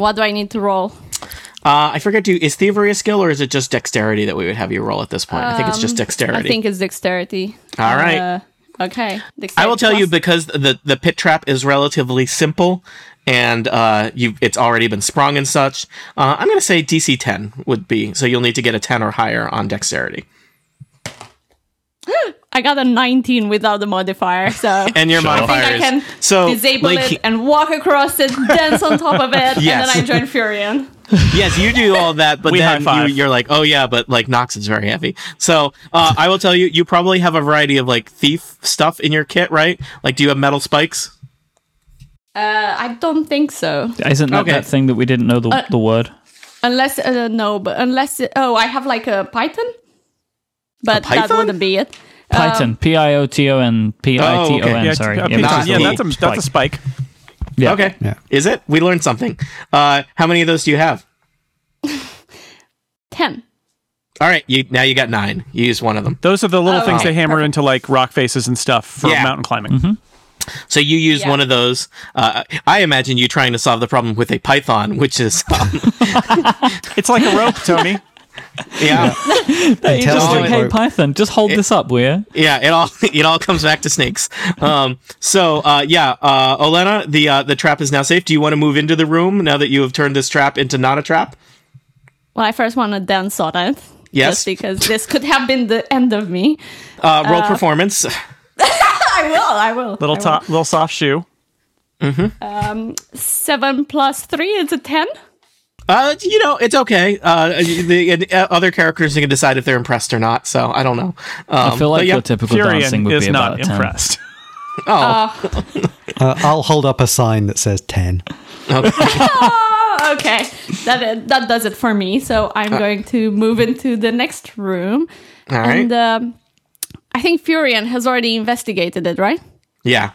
Speaker 2: What do I need to roll?
Speaker 1: uh, I forget to is thievery a skill or is it just dexterity that we would have you roll at this point? I think it's just dexterity.
Speaker 2: Um, I think it's dexterity. Uh,
Speaker 1: All right.
Speaker 2: okay.
Speaker 1: I will tell you
Speaker 2: Dexterity
Speaker 1: because the the pit trap is relatively simple, and uh, you it's already been sprung and such. Uh, I'm going to say DC 10 would be so you'll need to get a 10 or higher on dexterity,
Speaker 2: plus- I got a 19 without the modifier, so.
Speaker 1: and your
Speaker 2: I
Speaker 1: modifier
Speaker 2: think I
Speaker 1: is
Speaker 2: can
Speaker 1: so
Speaker 2: disable
Speaker 1: like,
Speaker 2: it and walk across it, dance on top of it,
Speaker 1: Yes.
Speaker 2: and then I join Furion.
Speaker 1: yes, you do all that, but
Speaker 7: We
Speaker 1: then
Speaker 7: high-five.
Speaker 1: you, you're like, oh yeah, but like Knox is very heavy. So uh, I will tell you, you probably have a variety of like thief stuff in your kit, right? Like, do you have metal spikes?
Speaker 2: Uh, I don't think so.
Speaker 3: Isn't that
Speaker 1: Okay.
Speaker 3: that thing that we didn't know the, the word?
Speaker 2: Unless, uh, no, but unless, oh, I have like a Python, but that
Speaker 1: python?
Speaker 2: wouldn't be it.
Speaker 3: Python. P i o t o n. P i t o
Speaker 1: Oh, okay.
Speaker 3: n.
Speaker 7: Yeah,
Speaker 3: Sorry.
Speaker 7: yeah,
Speaker 3: but
Speaker 1: Python.
Speaker 3: it's
Speaker 7: Oh,
Speaker 3: a
Speaker 7: yeah, that's a
Speaker 3: little
Speaker 7: that's a spike.
Speaker 3: Yeah.
Speaker 1: Okay.
Speaker 5: Yeah.
Speaker 1: Is it? We learned something. Uh, how many of those do you have?
Speaker 2: Ten.
Speaker 1: All right. You now you got nine. You used one of them.
Speaker 7: Those are the little
Speaker 2: Oh,
Speaker 7: things
Speaker 2: okay,
Speaker 7: they hammer
Speaker 2: perfect.
Speaker 7: into like rock faces and stuff for
Speaker 1: Yeah. Mm-hmm.
Speaker 7: mountain climbing.
Speaker 1: So you use
Speaker 2: Yeah.
Speaker 1: one of those. Uh, I imagine you trying to solve the problem with a python, which is um,
Speaker 7: It's like a rope, Tony.
Speaker 1: yeah,
Speaker 3: Hey, just
Speaker 1: Oh,
Speaker 5: Intelligent
Speaker 3: like, hey
Speaker 5: rope.
Speaker 3: Python, just hold this up, will ya?
Speaker 1: yeah. It all it all comes back to snakes. Um, so uh, yeah, uh, Olena, the uh, the trap is now safe. Do you want to move into the room now that you have turned this trap into not a trap?
Speaker 2: Well, I first want to dance on it.
Speaker 1: Yes.
Speaker 2: Just because this could have been the end of me.
Speaker 1: Uh, roll performance.
Speaker 2: I will. I will. I
Speaker 7: Little
Speaker 2: will.
Speaker 7: top, little soft shoe.
Speaker 2: Seven plus three is a ten.
Speaker 1: Uh, you know, it's okay. Uh, the uh, other characters can decide if they're impressed or not. So I don't know. Um,
Speaker 3: I feel like
Speaker 1: but yeah. Oh,
Speaker 3: your typical dancing
Speaker 7: Furion
Speaker 3: would
Speaker 7: is
Speaker 3: be about
Speaker 7: not
Speaker 3: a ten.
Speaker 7: impressed.
Speaker 5: Uh, I'll hold up a sign that says 10.
Speaker 2: Oh, okay. That that does it for me. So I'm
Speaker 1: Uh.
Speaker 2: going to move into the next room.
Speaker 1: All right.
Speaker 2: And um, I think Furion has already investigated it, right?
Speaker 1: yeah.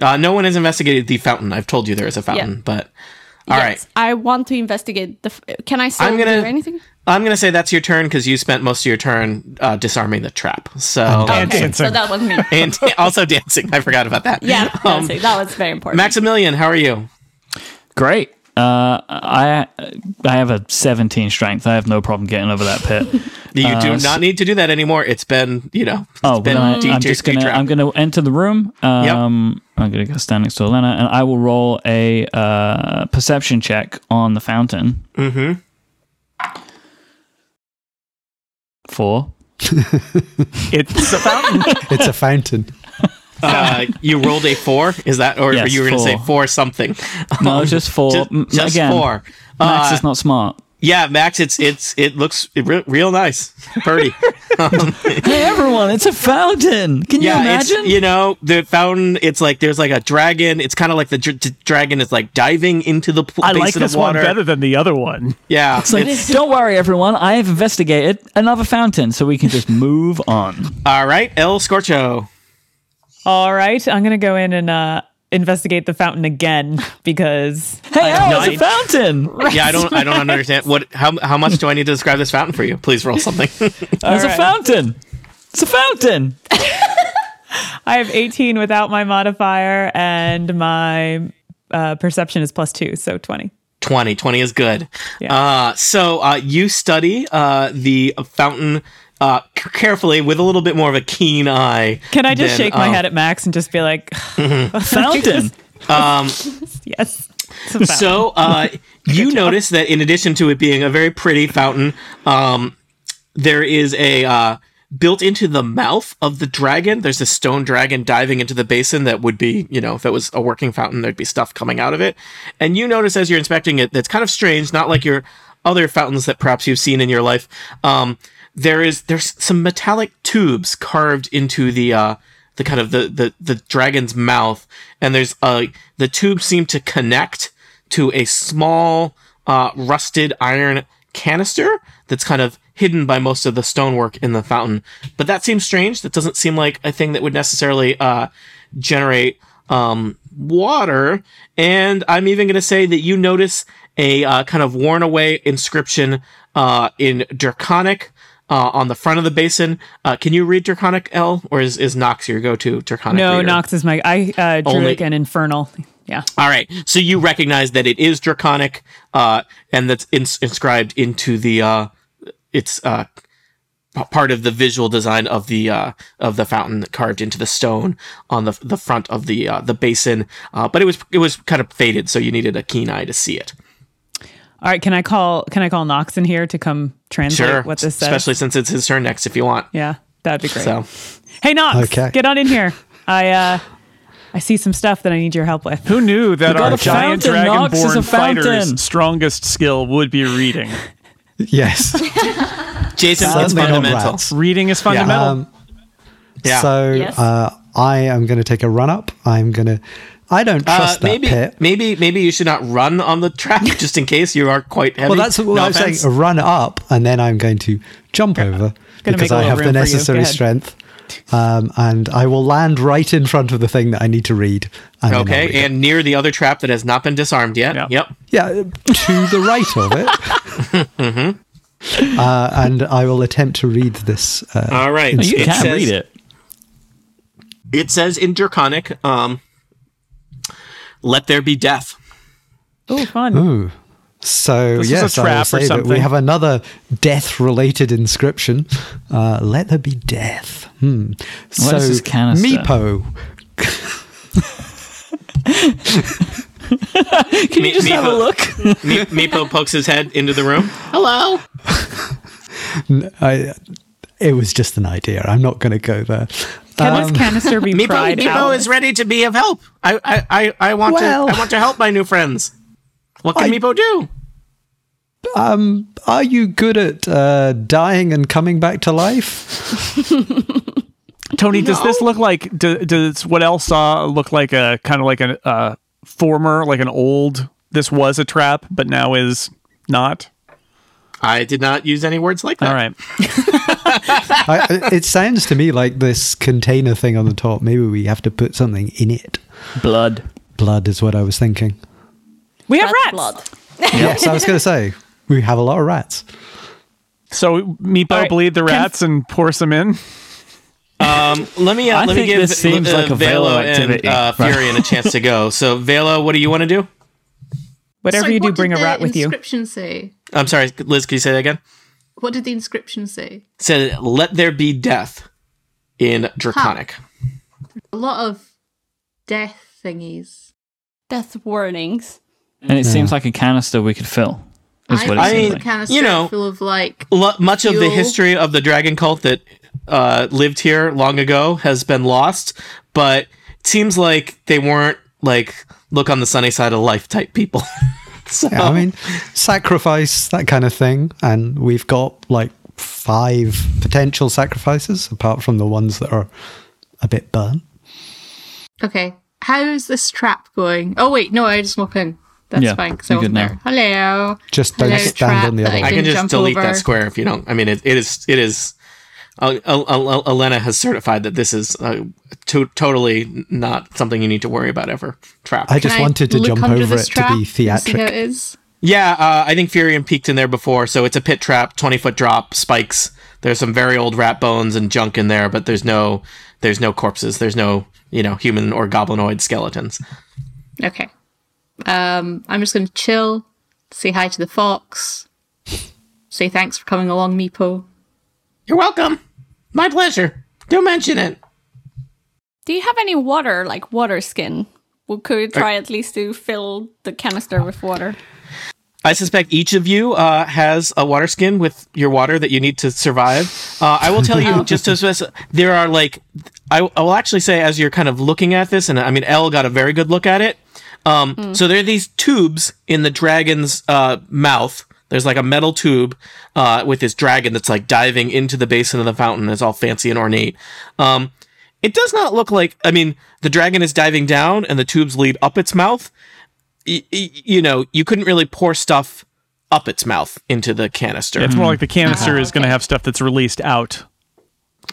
Speaker 1: Uh, no one has investigated the fountain. I've told you there is a fountain, but all right.
Speaker 2: I want to investigate the. F- can I still
Speaker 1: I'm gonna-
Speaker 2: do anything?
Speaker 1: I'm gonna say that's your turn because you spent most of your turn uh, disarming the trap. So
Speaker 5: And
Speaker 2: Okay,
Speaker 7: dancing.
Speaker 2: so that was me.
Speaker 1: and also dancing. I forgot about that. Um,
Speaker 2: Yeah, dancing. that was very important.
Speaker 1: Maximilian, how are you?
Speaker 3: Great. Uh, I I have a 17 strength. I have no problem getting over that pit.
Speaker 1: You do
Speaker 3: Uh, so-
Speaker 1: not need to do that anymore. It's been you know. it's
Speaker 3: Oh,
Speaker 1: been
Speaker 3: then I, I'm
Speaker 1: de-
Speaker 3: just
Speaker 1: de-
Speaker 3: gonna
Speaker 1: trap.
Speaker 3: I'm gonna enter the room. Um, I'm gonna go stand next to Elena, and I will roll a uh, perception check on the fountain. Mm-hmm. Four.
Speaker 7: It's a fountain.
Speaker 5: It's a fountain.
Speaker 1: uh, you rolled a four. Is that or
Speaker 3: Yes,
Speaker 1: you were gonna say
Speaker 3: four.
Speaker 1: four something?
Speaker 3: No,
Speaker 1: Um,
Speaker 3: just four.
Speaker 1: Just,
Speaker 3: M-
Speaker 1: just
Speaker 3: Again,
Speaker 1: four. Uh,
Speaker 3: Max is not smart.
Speaker 1: yeah, Max. It's it's it looks re- real nice, pretty.
Speaker 3: Hey, everyone! It's a fountain. Can you
Speaker 1: yeah, it's
Speaker 3: imagine?
Speaker 1: you know the fountain. It's like there's like a dragon. It's kind of like the dr- dr- dragon is like diving into the pl-
Speaker 7: I
Speaker 1: base
Speaker 7: like
Speaker 1: of
Speaker 7: this
Speaker 1: the water.
Speaker 7: one better than the other one.
Speaker 1: Yeah,
Speaker 3: It's like,
Speaker 1: it's-
Speaker 3: don't worry, everyone. I have investigated another fountain, so we can just move on.
Speaker 1: all right. El Scorcho.
Speaker 4: All right, I'm gonna go in and uh, investigate the fountain again because
Speaker 3: Hey, oh,
Speaker 1: Nine.
Speaker 3: it's a fountain.
Speaker 1: Yeah, I don't I don't understand what how how much do I need to describe this fountain for you? Please roll something.
Speaker 3: It's a
Speaker 4: right.
Speaker 3: fountain. It's a fountain.
Speaker 4: I have 18 without my modifier and my uh, perception is plus two, so 20.
Speaker 1: 20. 20 is good.
Speaker 4: Yeah.
Speaker 1: Uh, so uh, you study uh, the fountain uh, c- carefully with a little bit more of a keen eye.
Speaker 4: Can I just
Speaker 1: than,
Speaker 4: shake my
Speaker 3: uh,
Speaker 1: um,
Speaker 4: head at Max and just be like,
Speaker 3: Fountain.
Speaker 4: yes? it's a fountain.
Speaker 1: So uh, you notice that in addition to it being a very pretty fountain, um, there is a uh, built into the mouth of the dragon. There's a stone dragon diving into the basin that would be, you know, if it was a working fountain, there'd be stuff coming out of it. And you notice as you're inspecting it, that's kind of strange. Not like your other fountains that perhaps you've seen in your life. Um, there is there's some metallic tubes carved into the uh, the kind of the, the the dragon's mouth, and there's uh the tubes seem to connect to a small uh, rusted iron canister that's kind of hidden by most of the stonework in the fountain. But that seems strange. That doesn't seem like a thing that would necessarily uh, generate um, water. And I'm even going to say that you notice a uh, kind of worn away inscription uh, in Draconic. Uh, on the front of the basin, uh, can you read Draconic L, or is, is Nox your go-to Draconic?
Speaker 4: no,
Speaker 1: reader?
Speaker 4: Nox is my, I, uh,
Speaker 1: Only-
Speaker 4: Druidic and Infernal. Yeah.
Speaker 1: All right. So you recognize that it is draconic, uh, and that's ins- inscribed into the uh, it's uh, p- part of the visual design of the uh, of the fountain carved into the stone on the the front of the uh, the basin. Uh, but it was it was kind of faded, so you needed a keen eye to see it.
Speaker 4: All right, can I call, can I call Nox in here to come translate what this says?
Speaker 1: especially since it's his turn next, if you want.
Speaker 4: yeah, that'd be great.
Speaker 1: So
Speaker 4: Hey, Nox,
Speaker 5: Okay.
Speaker 4: get on in here. I, uh, I see some stuff that I need your help with.
Speaker 7: Who knew that
Speaker 3: got
Speaker 7: our
Speaker 3: a
Speaker 7: giant
Speaker 3: fountain, Nox, it's a
Speaker 7: dragonborn
Speaker 3: fountain.
Speaker 7: fighter's strongest skill would be reading?
Speaker 5: Yes.
Speaker 1: Jason, what's
Speaker 5: Certainly not
Speaker 1: fundamental?
Speaker 5: rats.
Speaker 7: Reading is fundamental.
Speaker 1: Yeah.
Speaker 5: Um, So
Speaker 2: Yes.
Speaker 5: uh, I am going to take a run up. I'm going to. I don't
Speaker 1: Uh,
Speaker 5: trust that
Speaker 1: maybe,
Speaker 5: pit.
Speaker 1: maybe, maybe you should not run on the track just in case you are quite heavy.
Speaker 5: Well, that's what
Speaker 1: No
Speaker 5: I'm
Speaker 1: offense.
Speaker 5: saying. A run up, and then I'm going to jump over
Speaker 4: Gonna
Speaker 5: because
Speaker 4: make a
Speaker 5: I
Speaker 4: little
Speaker 5: have the
Speaker 4: room for you. Go
Speaker 5: necessary
Speaker 4: ahead.
Speaker 5: strength. Um, and I will land right in front of the thing that I need to read. And then I'll
Speaker 1: Okay,
Speaker 5: read it.
Speaker 1: and near the other trap that has not been disarmed yet.
Speaker 7: Yeah.
Speaker 1: Yep.
Speaker 5: yeah, to the right of it. uh, and I will attempt to read this. Uh,
Speaker 1: All right.
Speaker 3: you
Speaker 1: It
Speaker 3: can't
Speaker 1: says-
Speaker 3: read it.
Speaker 1: It says in Draconic, um, "Let there be death."
Speaker 4: Oh, fun.
Speaker 5: ooh. So
Speaker 7: This is a
Speaker 5: yes, I will
Speaker 7: trap or
Speaker 5: say that we
Speaker 7: something.
Speaker 5: have another death-related inscription. Uh, Let there be death. Hmm. so
Speaker 3: is this canister?
Speaker 5: Meepo,
Speaker 3: Can
Speaker 1: Me-
Speaker 3: you just
Speaker 1: me
Speaker 3: have a
Speaker 1: both.
Speaker 3: look?
Speaker 1: Me- Meepo pokes his head into the room. Hello.
Speaker 5: I, it was just an idea. I'm not going to go there.
Speaker 4: Can
Speaker 5: Um,
Speaker 4: this canister be
Speaker 1: Meepo,
Speaker 4: pried
Speaker 1: Meepo
Speaker 4: out?
Speaker 1: is ready to be of help. I, I, I, I want
Speaker 5: Well-
Speaker 1: to. I want to help my new friends. What can
Speaker 5: I-
Speaker 1: Meepo do?
Speaker 5: Are you good at uh, dying and coming back to life?
Speaker 7: Tony, does this look like do, does what El saw look like a kind of like a uh, former like an old this was a trap but now is not?
Speaker 1: I did not use any words like that.
Speaker 7: All right.
Speaker 5: I, it sounds to me like this container thing on the top. Maybe we have to put something in it.
Speaker 3: Blood.
Speaker 5: Blood is what I was thinking.
Speaker 4: We have
Speaker 2: That's
Speaker 4: rats.
Speaker 2: blood.
Speaker 5: Yes, I was going to say we have a lot of rats.
Speaker 7: So Meepo
Speaker 4: All right.
Speaker 7: bleed the rats and pour some in.
Speaker 1: Um, let me. Uh,
Speaker 3: I
Speaker 1: let me
Speaker 3: think
Speaker 1: give
Speaker 3: this seems
Speaker 1: uh,
Speaker 3: like a Velo
Speaker 1: Velo and
Speaker 3: activity.
Speaker 1: uh,
Speaker 3: Right.
Speaker 1: Furion a chance to go. So Velo, what do you want to do?
Speaker 4: Whatever
Speaker 6: Sorry,
Speaker 4: you do,
Speaker 6: what did
Speaker 4: bring a
Speaker 6: the
Speaker 4: rat with you.
Speaker 6: Inscription say.
Speaker 1: I'm sorry, Liz. Can you say that again?
Speaker 6: What did the inscription say?
Speaker 1: It said, "Let there be death." In Draconic.
Speaker 6: A lot of death thingies.
Speaker 2: Death warnings.
Speaker 3: And it seems like a canister we could fill. Is what it
Speaker 1: I mean,
Speaker 6: think
Speaker 3: seems
Speaker 6: the
Speaker 3: like.
Speaker 6: canister
Speaker 1: you know-
Speaker 6: full of like
Speaker 1: Lo- much of the
Speaker 6: Fuel.
Speaker 1: history of the dragon cult that uh, lived here long ago has been lost, but it seems like they weren't like look on the sunny side of life type people. so
Speaker 5: Yeah, I mean, sacrifice that kind of thing, and we've got like five potential sacrifices apart from the ones that are a bit burnt.
Speaker 6: Okay. How's this trap going? Oh wait, no, I just walk in. That's
Speaker 3: Yeah,
Speaker 6: fine. So
Speaker 3: you're good
Speaker 6: I'm there. Hello.
Speaker 5: Just don't
Speaker 6: Hello,
Speaker 5: stand
Speaker 6: trap
Speaker 5: on the
Speaker 6: that
Speaker 5: other
Speaker 6: I
Speaker 5: one.
Speaker 1: I can
Speaker 6: didn't
Speaker 1: just
Speaker 6: jump
Speaker 1: delete
Speaker 6: over.
Speaker 1: that square if you don't. I mean, it, it is it is. Uh, Al- Al- Al- Elena has certified that this is uh, to- totally not something you need to worry about ever. Trap.
Speaker 5: I just
Speaker 6: Can I
Speaker 5: wanted to
Speaker 6: look
Speaker 5: jump
Speaker 6: under
Speaker 5: over
Speaker 6: this
Speaker 5: it to
Speaker 6: trap
Speaker 5: be
Speaker 6: and see how it
Speaker 5: theatric.
Speaker 6: is?
Speaker 1: yeah, uh, I think Furion peeked in there before, so it's a pit trap, twenty foot drop, spikes. There's some very old rat bones and junk in there, but there's no there's no corpses. There's no you know human or goblinoid skeletons.
Speaker 6: Okay. Um, I'm just gonna chill, say hi to the fox, say thanks for coming along, Meepo.
Speaker 1: You're welcome. My pleasure. Don't mention it.
Speaker 2: Do you have any water, like water skin? We could try at least to fill the canister with water.
Speaker 1: I suspect each of you uh, has a water skin with your water that you need to survive. Uh, I will tell you, just as as- there are like, I, I will actually say as you're kind of looking at this, and I mean, L got a very good look at it. Um, So there are these tubes in the dragon's uh, mouth. There's like a metal tube uh, with this dragon that's like diving into the basin of the fountain. It's all fancy and ornate. Um, it does not look like. I mean, the dragon is diving down, and the tubes lead up its mouth y- y- you know, you couldn't really pour stuff up its mouth into the canister.
Speaker 7: It's more like the canister
Speaker 6: Ah,
Speaker 7: is going to
Speaker 6: okay.
Speaker 7: have stuff that's released out.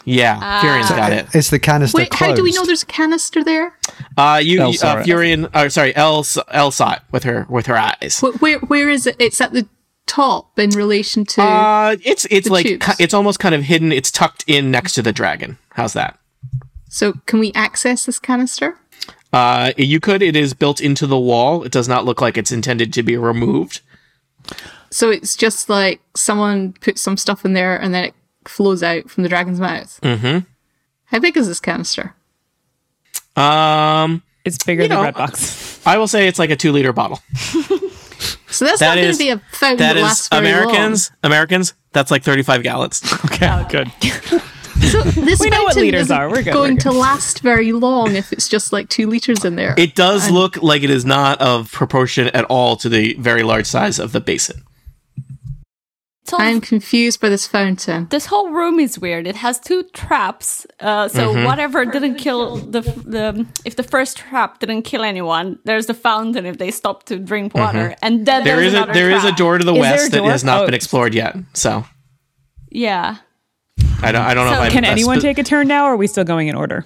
Speaker 1: Yeah, Furion's got it.
Speaker 5: It's the canister
Speaker 6: Wait, how do we know
Speaker 5: closed.
Speaker 6: there's a canister there?
Speaker 1: Uh, you,
Speaker 3: Elle
Speaker 1: you-
Speaker 3: saw
Speaker 1: uh,
Speaker 3: it.
Speaker 1: Furion, or sorry, El, El saw it with her with her eyes.
Speaker 6: Wh- Where where is it? It's at the top in relation to
Speaker 1: Uh, it's it's
Speaker 6: The
Speaker 1: like
Speaker 6: tubes.
Speaker 1: ki- it's almost kind of hidden. It's tucked in next to the dragon. How's that?
Speaker 6: So can we access this canister?
Speaker 1: Uh, you could. It is built into the wall. It does not look like it's intended to be removed.
Speaker 6: So it's just like someone puts some stuff in there and then it flows out from the dragon's mouth. Mm-hmm. How big is this canister?
Speaker 1: Um,
Speaker 4: It's bigger
Speaker 1: You
Speaker 4: than
Speaker 1: know,
Speaker 4: red box.
Speaker 1: I will say it's like a two liter bottle.
Speaker 6: So that's
Speaker 1: That
Speaker 6: not going
Speaker 1: is-
Speaker 6: to be a fountain that,
Speaker 1: That is
Speaker 6: lasts very
Speaker 1: Americans. Americans. That's like thirty five gallons.
Speaker 7: Okay, good.
Speaker 6: Long. So this
Speaker 4: We know what
Speaker 6: fountain
Speaker 4: liters
Speaker 6: isn't
Speaker 4: are. We're good,
Speaker 6: going
Speaker 4: we're
Speaker 6: to last very long if it's just like two liters in there.
Speaker 1: It does look like it is not of proportion at all to the very large size of the basin.
Speaker 2: It's all-
Speaker 6: I'm confused by this fountain.
Speaker 2: this whole room is weird. It has two traps. Uh, so
Speaker 1: Mm-hmm.
Speaker 2: whatever didn't kill the the if the first trap didn't kill anyone, there's the fountain if they stop to drink water, and
Speaker 1: Mm-hmm.
Speaker 2: then
Speaker 1: There
Speaker 2: there's
Speaker 1: is a
Speaker 2: another
Speaker 1: there is a
Speaker 2: trap.
Speaker 1: door to the
Speaker 4: Is there a
Speaker 1: west that
Speaker 4: door?
Speaker 1: has not
Speaker 4: Oh.
Speaker 1: been explored yet. So
Speaker 2: Yeah.
Speaker 1: I don't. I don't know.
Speaker 2: So
Speaker 1: if I
Speaker 4: Can
Speaker 1: I
Speaker 4: anyone
Speaker 1: spe-
Speaker 4: take a turn now? Or are we still going in order?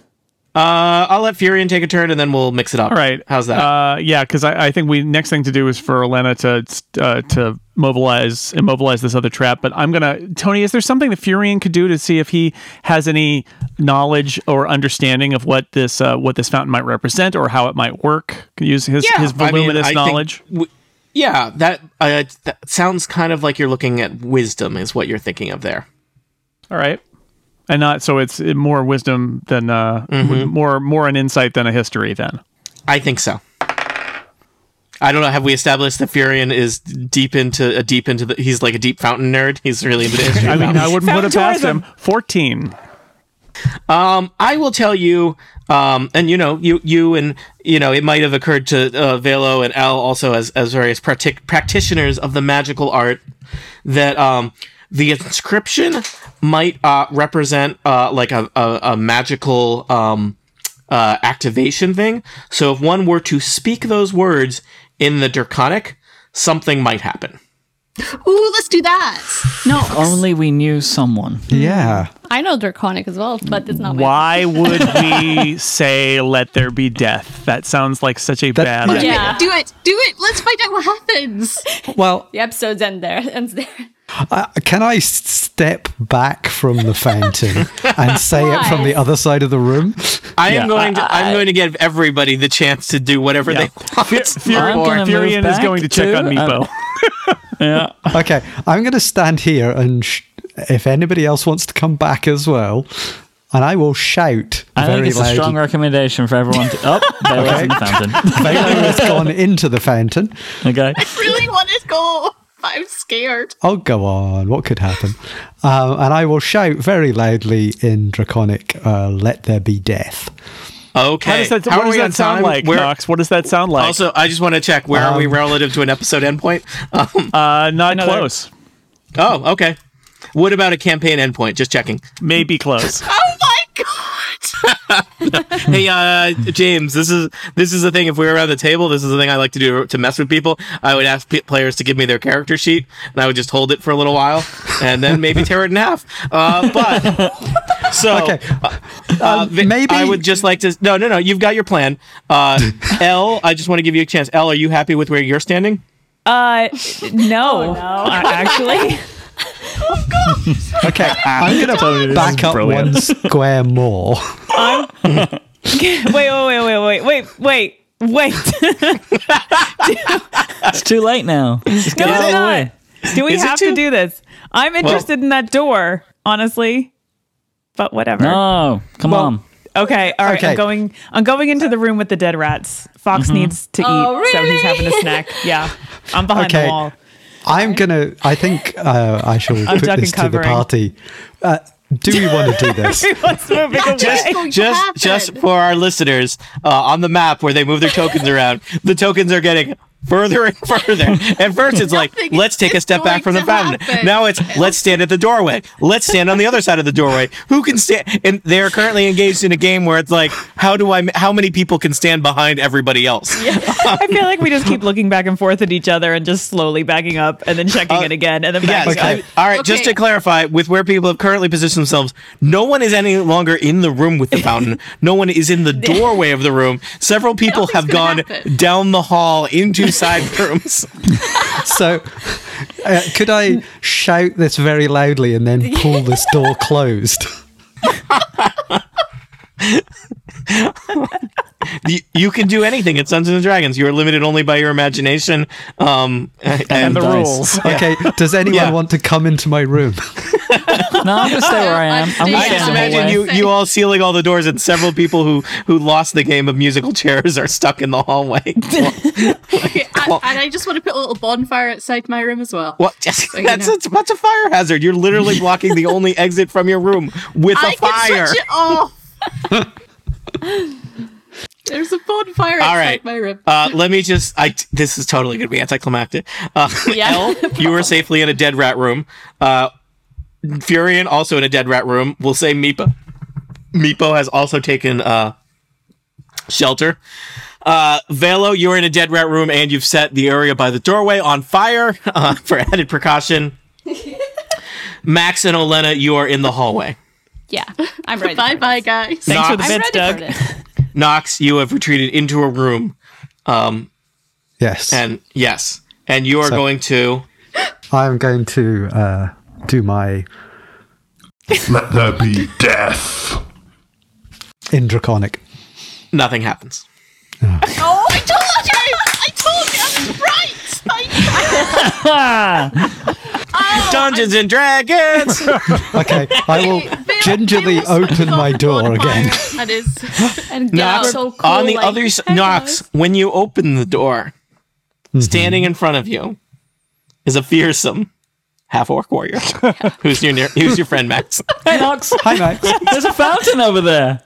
Speaker 1: Uh, I'll let Furion take a turn, and then we'll mix it up.
Speaker 7: All right.
Speaker 1: How's that?
Speaker 7: Uh, yeah, because I, I think we next thing to do is for Elena to uh, to mobilize immobilize this other trap. But I'm gonna Tony. Is there something that Furion could do to see if he has any knowledge or understanding of what this uh, what this fountain might represent or how it might work? Can use his his
Speaker 1: I mean,
Speaker 7: voluminous
Speaker 1: I think
Speaker 7: knowledge.
Speaker 1: w- yeah, that, uh, that sounds kind of like you're looking at wisdom, is what you're thinking of there.
Speaker 7: All right. And not so it's more wisdom than uh,
Speaker 1: Mm-hmm.
Speaker 7: w- more more an insight than a history. Then
Speaker 1: I think so. I don't know. Have we established that Furion is deep into a deep into the? He's like a deep fountain nerd. He's really into the history.
Speaker 7: I
Speaker 1: of
Speaker 7: mean I
Speaker 1: fountains.
Speaker 7: wouldn't put it past
Speaker 4: Fountain
Speaker 7: him. Fourteen.
Speaker 1: I will tell you, um, and you know, you you and you know, it might have occurred to uh, Velo and Al also as as various practic- practitioners of the magical art that um, the inscription might uh, represent uh, like a a, a magical um, uh, activation thing. So if one were to speak those words in the Draconic, something might happen.
Speaker 6: Ooh, let's do that. No.
Speaker 3: Only we knew someone.
Speaker 5: Yeah.
Speaker 2: I know Draconic as well, but it's not my
Speaker 7: Why would we say "Let there be death"? That sounds like such a
Speaker 5: That-
Speaker 7: bad.
Speaker 2: Yeah.
Speaker 6: Do it. Do it. Let's find out what happens.
Speaker 5: Well,
Speaker 2: The episode's end there. Ends there.
Speaker 5: Uh, can I s- step back from the fountain and say it from the other side of the room?
Speaker 1: I am going to I'm going to give everybody the chance to do whatever they want.
Speaker 3: I'm
Speaker 1: Or-
Speaker 3: gonna move
Speaker 7: Furion is
Speaker 3: back
Speaker 7: going to uh, check
Speaker 3: to-
Speaker 7: on Meepo.
Speaker 5: Okay, I'm going to stand here and sh- if anybody else wants to come back as well, and I will shout
Speaker 3: I
Speaker 5: very
Speaker 3: think it's
Speaker 5: loudly.
Speaker 3: a strong recommendation for everyone to. Oh, there was
Speaker 5: Okay.
Speaker 3: in the fountain.
Speaker 5: Velo has gone into the fountain.
Speaker 3: Okay.
Speaker 6: really want to go. but I'm scared.
Speaker 5: Oh, go on. What could happen? Um, and I will shout very loudly in Draconic, uh, let there be death.
Speaker 1: okay.
Speaker 7: How does that,
Speaker 1: How are
Speaker 7: what does
Speaker 1: we on
Speaker 7: that sound
Speaker 1: time?
Speaker 7: like, Um.
Speaker 1: Where-
Speaker 7: Knox? What does that sound like?
Speaker 1: Also, I just want to check where are we relative to an episode endpoint? Um,
Speaker 7: uh, not
Speaker 3: Another-
Speaker 7: close.
Speaker 1: oh, okay. What about a campaign endpoint? Just checking.
Speaker 7: Maybe close.
Speaker 6: Oh my god.
Speaker 7: Hmm.
Speaker 1: Hey, uh, James, this is this is the thing. If we were around the table, this is the thing I like to do to mess with people. I would ask p- players to give me their character sheet, and I would just hold it for a little while, and then maybe tear it in half. Uh, but so
Speaker 5: Okay.
Speaker 7: Um,
Speaker 1: uh, Vi-
Speaker 5: maybe-
Speaker 1: I would just like to. No, no, no. You've got your plan. Uh, L, I just want to give you a chance. L, are you happy with where you're standing?
Speaker 4: Uh, no,
Speaker 1: Oh,
Speaker 4: Uh, actually,
Speaker 5: Okay, I'm going to back up one square more.
Speaker 4: wait, wait, wait, wait, wait, wait, wait.
Speaker 3: It's too late now. Just get
Speaker 4: No,
Speaker 3: out
Speaker 4: it's
Speaker 3: of the
Speaker 4: not.
Speaker 3: way.
Speaker 4: Do we
Speaker 1: Is it
Speaker 4: have
Speaker 1: too-
Speaker 4: to do this? I'm interested in that door, honestly. But whatever.
Speaker 3: No, come
Speaker 5: Well-
Speaker 3: on.
Speaker 4: Okay, all right.
Speaker 5: Okay.
Speaker 4: I'm going. I'm going into the room with the dead rats. Fox
Speaker 1: Mm-hmm.
Speaker 4: needs to
Speaker 2: Oh,
Speaker 4: eat, so he's having a
Speaker 2: really?
Speaker 4: snack. Yeah, I'm behind
Speaker 5: Okay.
Speaker 4: the wall.
Speaker 5: I'm gonna. I think uh, I shall put
Speaker 4: duck
Speaker 5: this
Speaker 4: and
Speaker 5: to the
Speaker 4: covering.
Speaker 5: party. Uh, do we want to do this?
Speaker 4: Everyone's moving away.
Speaker 1: just
Speaker 6: going to
Speaker 1: just
Speaker 6: happen.
Speaker 1: just for our listeners uh, on the map where they move their tokens around the tokens are getting further and further at first it's like
Speaker 6: Nothing
Speaker 1: let's take a
Speaker 6: is
Speaker 1: step back
Speaker 6: going
Speaker 1: from the
Speaker 6: to
Speaker 1: fountain
Speaker 6: happen.
Speaker 1: now it's let's stand at the doorway let's stand on the other side of the doorway who can stand and they're currently engaged in a game where it's like how do i how many people can stand behind everybody else
Speaker 4: I feel like we just keep looking back and forth at each other and just slowly backing up and then checking it again and then
Speaker 1: Uh, Yes.
Speaker 4: back
Speaker 5: Okay.
Speaker 4: up.
Speaker 1: I- all right. Just
Speaker 6: Okay.
Speaker 1: to clarify, with where people have currently positioned themselves, no one is any longer in the room with the fountain. no one is in the doorway of the room. Several people
Speaker 6: Nothing's
Speaker 1: have gone
Speaker 6: gonna happen.
Speaker 1: down the hall into side rooms.
Speaker 5: So, uh, could I shout this very loudly and then pull this door closed?
Speaker 1: you, you can do anything at Dungeons and Dragons. You are limited only by your imagination. Um, and,
Speaker 7: and the
Speaker 3: dice.
Speaker 7: rules.
Speaker 5: Okay. Does anyone
Speaker 1: Yeah.
Speaker 5: want to come into my room?
Speaker 3: No, I'm gonna stay where I am. I'm
Speaker 1: I
Speaker 3: gonna
Speaker 6: Yeah.
Speaker 3: stay
Speaker 1: just
Speaker 3: in the
Speaker 1: imagine
Speaker 3: hallway.
Speaker 1: you, you all sealing all the doors, and several people who, who lost the game of musical chairs are stuck in the hallway.
Speaker 6: Okay, I, and I just want to put a little bonfire outside my room as well.
Speaker 1: Well, Jess,
Speaker 6: you
Speaker 1: that's
Speaker 6: know.
Speaker 1: a, that's a fire hazard. You're literally blocking the only exit from your room with a
Speaker 6: I
Speaker 1: fire.
Speaker 6: can switch it off. There's a bonfire outside
Speaker 1: All right.
Speaker 6: my room.
Speaker 1: Uh, let me just. I this is totally going to be anticlimactic. Uh,
Speaker 2: Yeah.
Speaker 1: Elle, you were safely in a dead rat room. Uh, Furion also in a dead rat room. We'll say Meepo. Meepo has also taken uh, shelter. Uh, Velo, you're in a dead rat room, and you've set the area by the doorway on fire uh, for added precaution. Max and Olena, you are in the hallway.
Speaker 2: Yeah, I'm ready.
Speaker 6: Bye
Speaker 2: for
Speaker 6: bye,
Speaker 2: this.
Speaker 6: guys.
Speaker 3: Thanks for the
Speaker 1: Knox.
Speaker 2: I'm
Speaker 3: bits,
Speaker 2: ready for
Speaker 3: Doug.
Speaker 2: this.
Speaker 1: Knox, you have retreated into a room. Um,
Speaker 5: Yes.
Speaker 1: and yes, and you are
Speaker 5: So-
Speaker 1: going to.
Speaker 5: I'm going to uh, do my
Speaker 8: Let there be death.
Speaker 5: Indraconic.
Speaker 1: Nothing happens.
Speaker 6: Oh, I told you! I told you! I was right! I,
Speaker 1: Dungeons and Dragons.
Speaker 5: Okay, I will gingerly open my door again.
Speaker 6: That is.
Speaker 2: And get out
Speaker 1: Knox,
Speaker 2: so cool,
Speaker 1: on the
Speaker 2: like,
Speaker 1: other side,
Speaker 2: "Hey,
Speaker 1: Knox,
Speaker 2: guys."
Speaker 1: when you open the door, standing in front of you is a fearsome half orc warrior who's your near, who's your friend Max.
Speaker 3: Hey, Knox,
Speaker 5: Hi, Max.
Speaker 3: there's a fountain over there.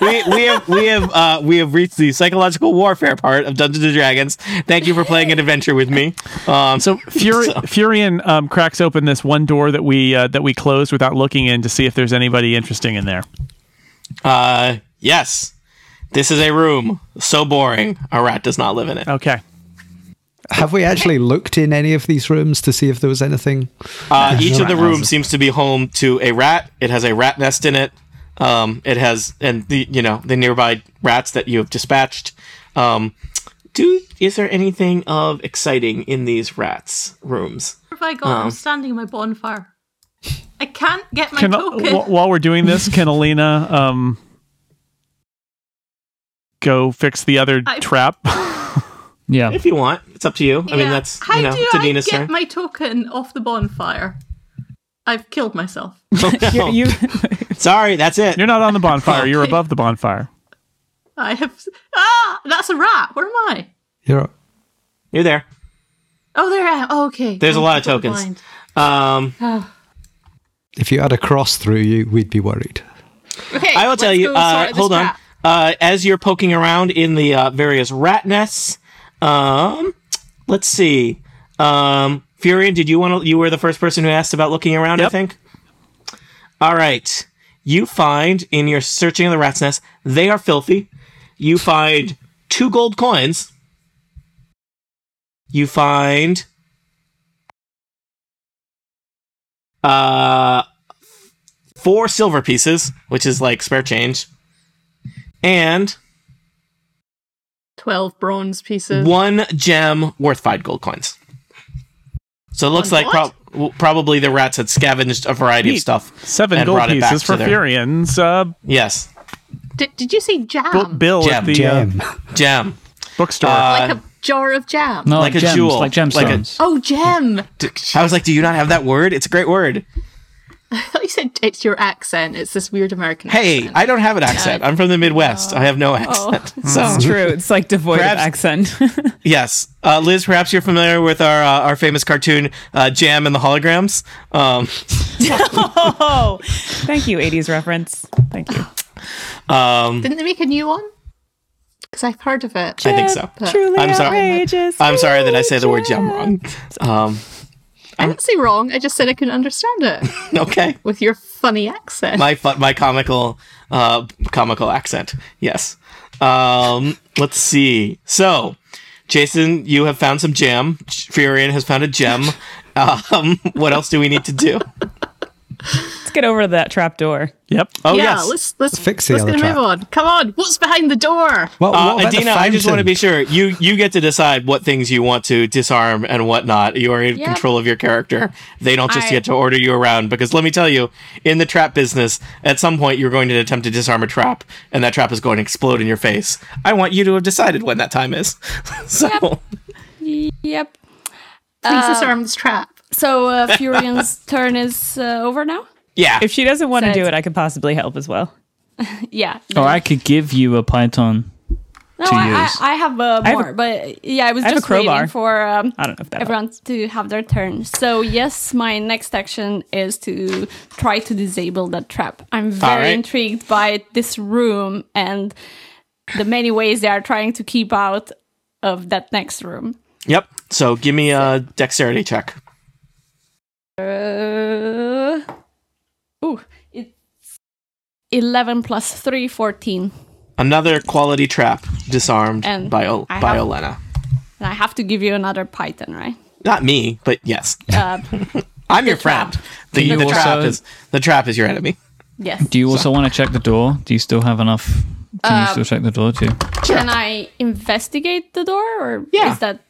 Speaker 1: we, we have we have uh, we have reached the psychological warfare part of Dungeons and Dragons. Thank you for playing an adventure with me. Um,
Speaker 7: So Furi- Furion um, cracks open this one door that we uh, that we closed without looking in to see if there's anybody interesting in there.
Speaker 1: uh, yes, this is a room so boring. A rat does not live in it.
Speaker 7: Okay.
Speaker 5: Have we actually looked in any of these rooms to see if there was anything?
Speaker 1: Uh, each
Speaker 5: no
Speaker 1: of the
Speaker 5: rat
Speaker 1: rooms
Speaker 5: houses.
Speaker 1: seems to be home to a rat. It has a rat nest in it. Um, it has, and the you know the nearby rats that you have dispatched. Um, do is there anything of exciting in these rats' rooms?
Speaker 9: Where have I got? I'm standing in my bonfire. I can't get my
Speaker 7: Can,
Speaker 9: token.
Speaker 7: wh- while we're doing this, can Alina um, go fix the other
Speaker 9: I-
Speaker 7: trap?
Speaker 3: Yeah.
Speaker 1: If you want, it's up to you. I mean,
Speaker 9: Yeah.
Speaker 1: that's
Speaker 9: How
Speaker 1: you know,
Speaker 9: do
Speaker 1: it's
Speaker 9: I
Speaker 1: Adina's
Speaker 9: get
Speaker 1: turn.
Speaker 9: my token off the bonfire? I've killed myself.
Speaker 1: No.
Speaker 4: You,
Speaker 1: Sorry, that's it.
Speaker 7: You're not on the bonfire. You're above the bonfire.
Speaker 9: I have ah, that's a rat. Where am I?
Speaker 5: You're,
Speaker 1: You're there.
Speaker 9: Oh, there I am. Oh, okay.
Speaker 1: There's a
Speaker 9: I'm
Speaker 1: lot of
Speaker 9: double
Speaker 1: tokens.
Speaker 9: blind. Ah.
Speaker 1: Um,
Speaker 5: if you had a cross through you, we'd be worried.
Speaker 6: Okay,
Speaker 1: I will tell
Speaker 6: let's
Speaker 1: you.
Speaker 6: go sort
Speaker 1: Uh,
Speaker 6: this
Speaker 1: hold on.
Speaker 6: crap.
Speaker 1: Uh, as you're poking around in the uh, various rat nests, um, let's see. Um, Furion, did you want to? You were the first person who asked about looking around. I
Speaker 7: Yep.
Speaker 1: think. All right. You find in your searching of the rat's nest, they are filthy. You find two gold coins. You find uh four silver pieces, which is like spare change, and
Speaker 6: 12 bronze pieces.
Speaker 1: one gem worth five gold coins. So it looks
Speaker 9: One
Speaker 1: like prob- w- probably the rats had scavenged a variety of
Speaker 7: Neat.
Speaker 1: stuff.
Speaker 7: Seven
Speaker 1: and
Speaker 7: gold
Speaker 1: brought it back
Speaker 7: pieces
Speaker 1: to
Speaker 7: for
Speaker 1: their-
Speaker 7: Furion's uh,
Speaker 1: Yes,
Speaker 6: Did, did you say
Speaker 7: bu-
Speaker 6: jam?
Speaker 7: bill
Speaker 1: Gem,
Speaker 7: at the uh,
Speaker 5: Gem.
Speaker 1: gem.
Speaker 7: bookstore.
Speaker 1: uh,
Speaker 6: like a jar of jam.
Speaker 3: No,
Speaker 1: Like
Speaker 3: like,
Speaker 1: a
Speaker 3: gems,
Speaker 1: jewel. Like
Speaker 3: like
Speaker 1: a-
Speaker 3: gemstones.
Speaker 6: Oh, gem!
Speaker 1: I was like, "Do you not have that word? It's a great word."
Speaker 6: I thought you said it's your accent. It's this weird American
Speaker 1: Hey,
Speaker 6: accent.
Speaker 1: I don't have an accent. I'm from the Midwest.
Speaker 4: Oh.
Speaker 1: I have no accent. So
Speaker 4: it's true. It's like devoid
Speaker 1: Perhaps-
Speaker 4: of accent.
Speaker 1: yes, uh, Liz, perhaps you're familiar with our uh, our famous cartoon uh, Jam and the Holograms. Um,
Speaker 4: oh, thank you, 80s reference. Thank you.
Speaker 1: um,
Speaker 6: Didn't they make a new one? Because I've heard of it.
Speaker 1: I think so.
Speaker 4: Truly
Speaker 1: I'm sorry.
Speaker 4: outrageous.
Speaker 1: I'm sorry that I say the word gem wrong. Um,
Speaker 6: I didn't say wrong. I just said I couldn't understand it
Speaker 1: okay.
Speaker 6: with your funny accent.
Speaker 1: my fu- my comical uh comical accent. Yes. Um let's see. So, Jason, you have found some gem. Furion has found a gem. Um what else do we need to do?
Speaker 4: Let's get over to that trap door.
Speaker 7: yep.
Speaker 1: Oh
Speaker 6: yeah,
Speaker 1: yes.
Speaker 6: let's let's
Speaker 5: fix the
Speaker 6: let's
Speaker 5: other
Speaker 6: get a move
Speaker 5: trap.
Speaker 6: on. Come on, what's behind the door?
Speaker 5: Well,
Speaker 1: uh,
Speaker 5: what about the
Speaker 1: Adina, I just want to
Speaker 5: fountain?
Speaker 1: be sure you you get to decide what things you want to disarm and what not. You are in
Speaker 6: Yeah.
Speaker 1: control of your character. They don't just
Speaker 2: I-
Speaker 1: get to order you around because let me tell you, in the trap business, at some point you're going to attempt to disarm a trap, and that trap is going to explode in your face. I want you to have decided when that time is. so.
Speaker 2: Yep.
Speaker 6: Please disarm this trap.
Speaker 2: So uh, Furion's turn is uh, over now.
Speaker 1: Yeah.
Speaker 4: If she doesn't want to
Speaker 2: Said-
Speaker 4: do it, I could possibly help as well.
Speaker 2: Yeah.
Speaker 1: Oh,
Speaker 3: Or I could give you a python.
Speaker 2: no,
Speaker 3: two
Speaker 2: I,
Speaker 3: years.
Speaker 2: I, I have uh,
Speaker 4: have a-
Speaker 2: more, but yeah, I was
Speaker 4: I have a
Speaker 2: just waiting
Speaker 4: crowbar.
Speaker 2: for um,
Speaker 4: I don't know if that
Speaker 2: everyone to have their turn. So yes, my next action is to try to disable that trap. I'm very
Speaker 1: right.
Speaker 2: intrigued by this room and the many ways they are trying to keep out of that next room.
Speaker 1: yep. So give me a dexterity check.
Speaker 2: Uh, ooh, it's 11 plus 3, 14.
Speaker 1: Another quality trap disarmed
Speaker 2: And
Speaker 1: by, Ol-
Speaker 2: I
Speaker 1: by
Speaker 2: have-
Speaker 1: Olena.
Speaker 2: And I have to give you another Python, right?
Speaker 1: Not me, but yes.
Speaker 2: Uh,
Speaker 1: I'm your
Speaker 2: trap.
Speaker 1: friend. The,
Speaker 3: You
Speaker 1: the trap
Speaker 3: also-
Speaker 1: is the trap is your enemy.
Speaker 2: Yes.
Speaker 3: Do you also want to check the door? Do you still have enough? Can you still check the door too?
Speaker 2: Can I investigate the door, or
Speaker 1: Yeah.
Speaker 2: is that?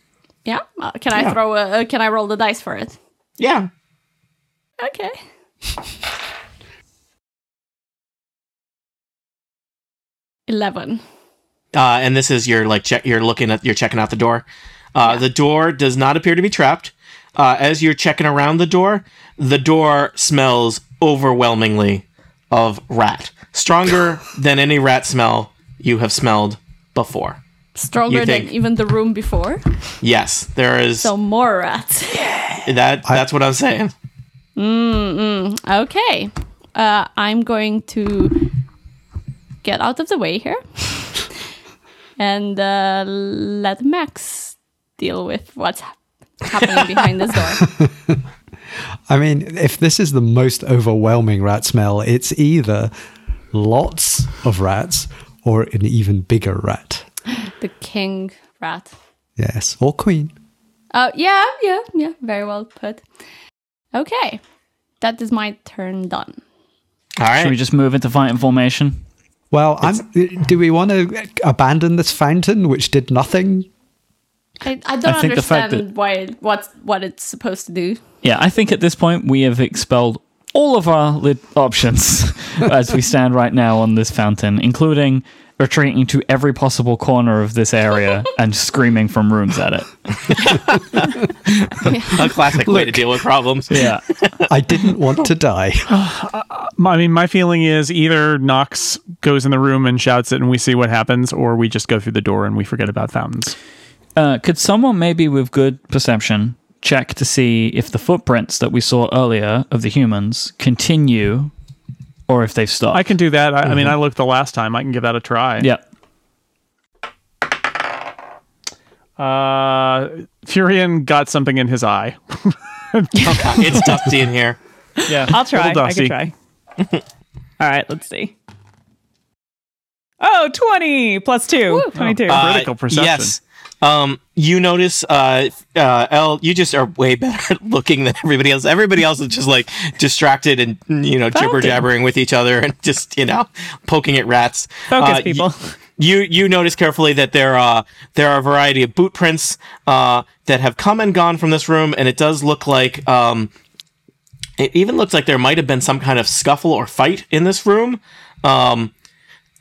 Speaker 2: Yeah. Uh, can I throw a? Uh, can I roll the dice for it?
Speaker 1: Yeah.
Speaker 2: Okay. Eleven.
Speaker 1: Uh, and this is your like check. You're looking at you're checking out the door. Uh, The door does not appear to be trapped. Uh, as you're checking around the door, the door smells overwhelmingly of rat, stronger than any rat smell you have smelled before.
Speaker 2: Stronger than
Speaker 1: think-
Speaker 2: even the room before.
Speaker 1: Yes, there is
Speaker 2: So more rats.
Speaker 1: that. That's what I'm saying.
Speaker 2: Okay. Uh, I'm going to get out of the way here and uh, let Max deal with what's hap- happening behind this door.
Speaker 5: I mean, if this is the most overwhelming rat smell, it's either lots of rats or an even bigger rat.
Speaker 2: The king rat.
Speaker 5: Yes, or queen.
Speaker 2: Oh, yeah, yeah, yeah. Very well put. Okay. That is my turn done.
Speaker 1: All right.
Speaker 3: Should we just move into fighting formation?
Speaker 5: Well, I'm, do we want to abandon this fountain, which did nothing?
Speaker 2: I, I don't
Speaker 3: think the fact
Speaker 2: understand why it- what's what it's supposed to do.
Speaker 3: Yeah, I think at this point we have expelled all of our lit options as we stand right now on this fountain, including retreating to every possible corner of this area and screaming from rooms at it.
Speaker 1: a classic way to deal with problems.
Speaker 3: Yeah.
Speaker 5: I didn't want to die.
Speaker 7: My- I mean, my feeling is either Knox goes in the room and shouts it, and we see what happens, or we just go through the door and we forget about fountains.
Speaker 3: Uh, could someone maybe with good perception check to see if the footprints that we saw earlier of the humans continue or if they've stopped?
Speaker 7: I can do that. I, I mean,
Speaker 1: Mm-hmm.
Speaker 7: I looked the last time. I can give that a try.
Speaker 3: Yeah.
Speaker 7: Uh, Furion got something in his eye.
Speaker 1: it's dusty in here.
Speaker 7: Yeah,
Speaker 4: I'll try. I
Speaker 7: dusty.
Speaker 4: can try. All right, let's see. Oh, 20 plus 2. 22.
Speaker 1: Uh,
Speaker 7: Critical perception.
Speaker 1: Yes. Um, you notice, uh, uh, L, you just are way better at looking than everybody else. Everybody else is just like distracted and, you know, jibber jabbering with each other and just, you know, poking at rats. Uh,
Speaker 4: Focus,
Speaker 1: y-
Speaker 4: people.
Speaker 1: you, you notice carefully that there are, there are a variety of boot prints, uh, that have come and gone from this room. And it does look like, um, it even looks like there might have been some kind of scuffle or fight in this room. Um,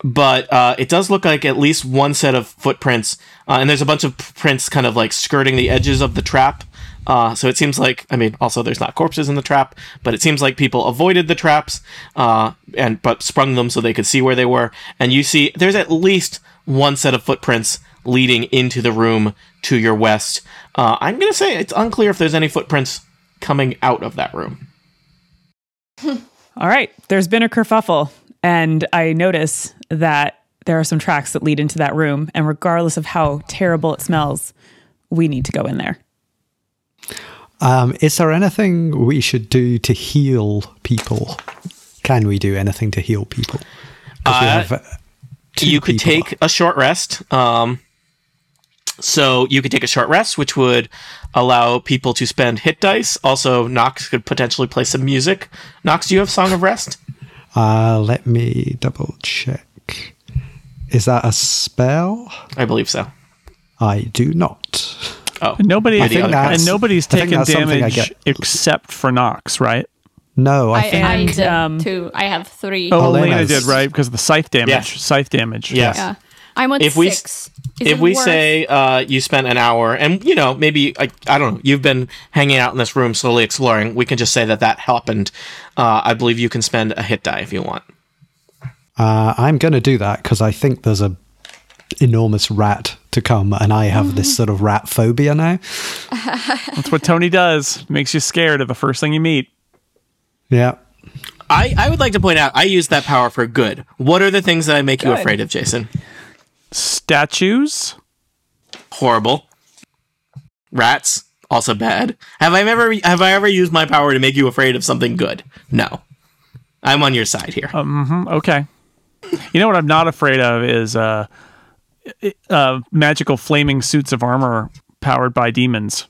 Speaker 1: but uh, it does look like at least one set of footprints, uh, and there's a bunch of prints kind of like skirting the edges of the trap. Uh, so it seems like, I mean, also there's not corpses in the trap, but it seems like people avoided the traps uh, and but sprung them so they could see where they were. And you see, there's at least one set of footprints leading into the room to your west. Uh, I'm gonna say it's unclear if there's any footprints coming out of that room.
Speaker 4: All right. There's been a kerfuffle, and I notice that there are some tracks that lead into that room. And regardless of how terrible it smells, we need to go in there.
Speaker 5: Um, is there anything we should do to heal people? Can we do anything to heal people? 'Cause we
Speaker 1: Uh,
Speaker 5: have, uh, two
Speaker 1: you could
Speaker 5: people.
Speaker 1: take a short rest. Um, so you could take a short rest, which would allow people to spend hit dice. Also, Nox could potentially play some music. Nox, do you have Song of Rest?
Speaker 5: Uh, let me double check. Is that a spell?
Speaker 1: I believe so.
Speaker 5: I do not.
Speaker 1: Oh,
Speaker 7: Nobody
Speaker 1: I think that's-
Speaker 7: and nobody's
Speaker 5: I think
Speaker 7: taken
Speaker 5: that's something I
Speaker 7: damage
Speaker 5: get.
Speaker 7: except for Knox, right?
Speaker 5: No, I,
Speaker 2: I,
Speaker 5: think
Speaker 2: I did
Speaker 4: um,
Speaker 2: two. I have three.
Speaker 7: Oh,
Speaker 5: Elena's-
Speaker 7: Elena did right because of the scythe damage.
Speaker 1: Yes.
Speaker 7: Scythe damage.
Speaker 1: yes.
Speaker 2: Yeah. I'm on
Speaker 1: If we s-
Speaker 2: six.
Speaker 1: If
Speaker 2: Is it
Speaker 1: we
Speaker 2: worth-
Speaker 1: say uh, you spent an hour, and you know maybe I, I don't know, you've been hanging out in this room slowly exploring. We can just say that that happened. Uh, I believe you can spend a hit die if you want.
Speaker 5: uh, I'm going to do that because I think there's a enormous rat to come, and I have this
Speaker 2: Mm-hmm.
Speaker 5: sort of rat phobia now.
Speaker 7: That's what Tony does. Makes you scared of the first thing you meet.
Speaker 5: Yeah.
Speaker 1: I, I would like to point out I use that power for good. What are the things that I make you afraid of, Jason?
Speaker 7: Statues.
Speaker 1: horrible. Rats also bad. Have I ever have I ever used my power to make you afraid of something good? No. I'm on your side here.
Speaker 7: Mm, Okay. You know what I'm not afraid of is uh, uh, magical flaming suits of armor powered by demons.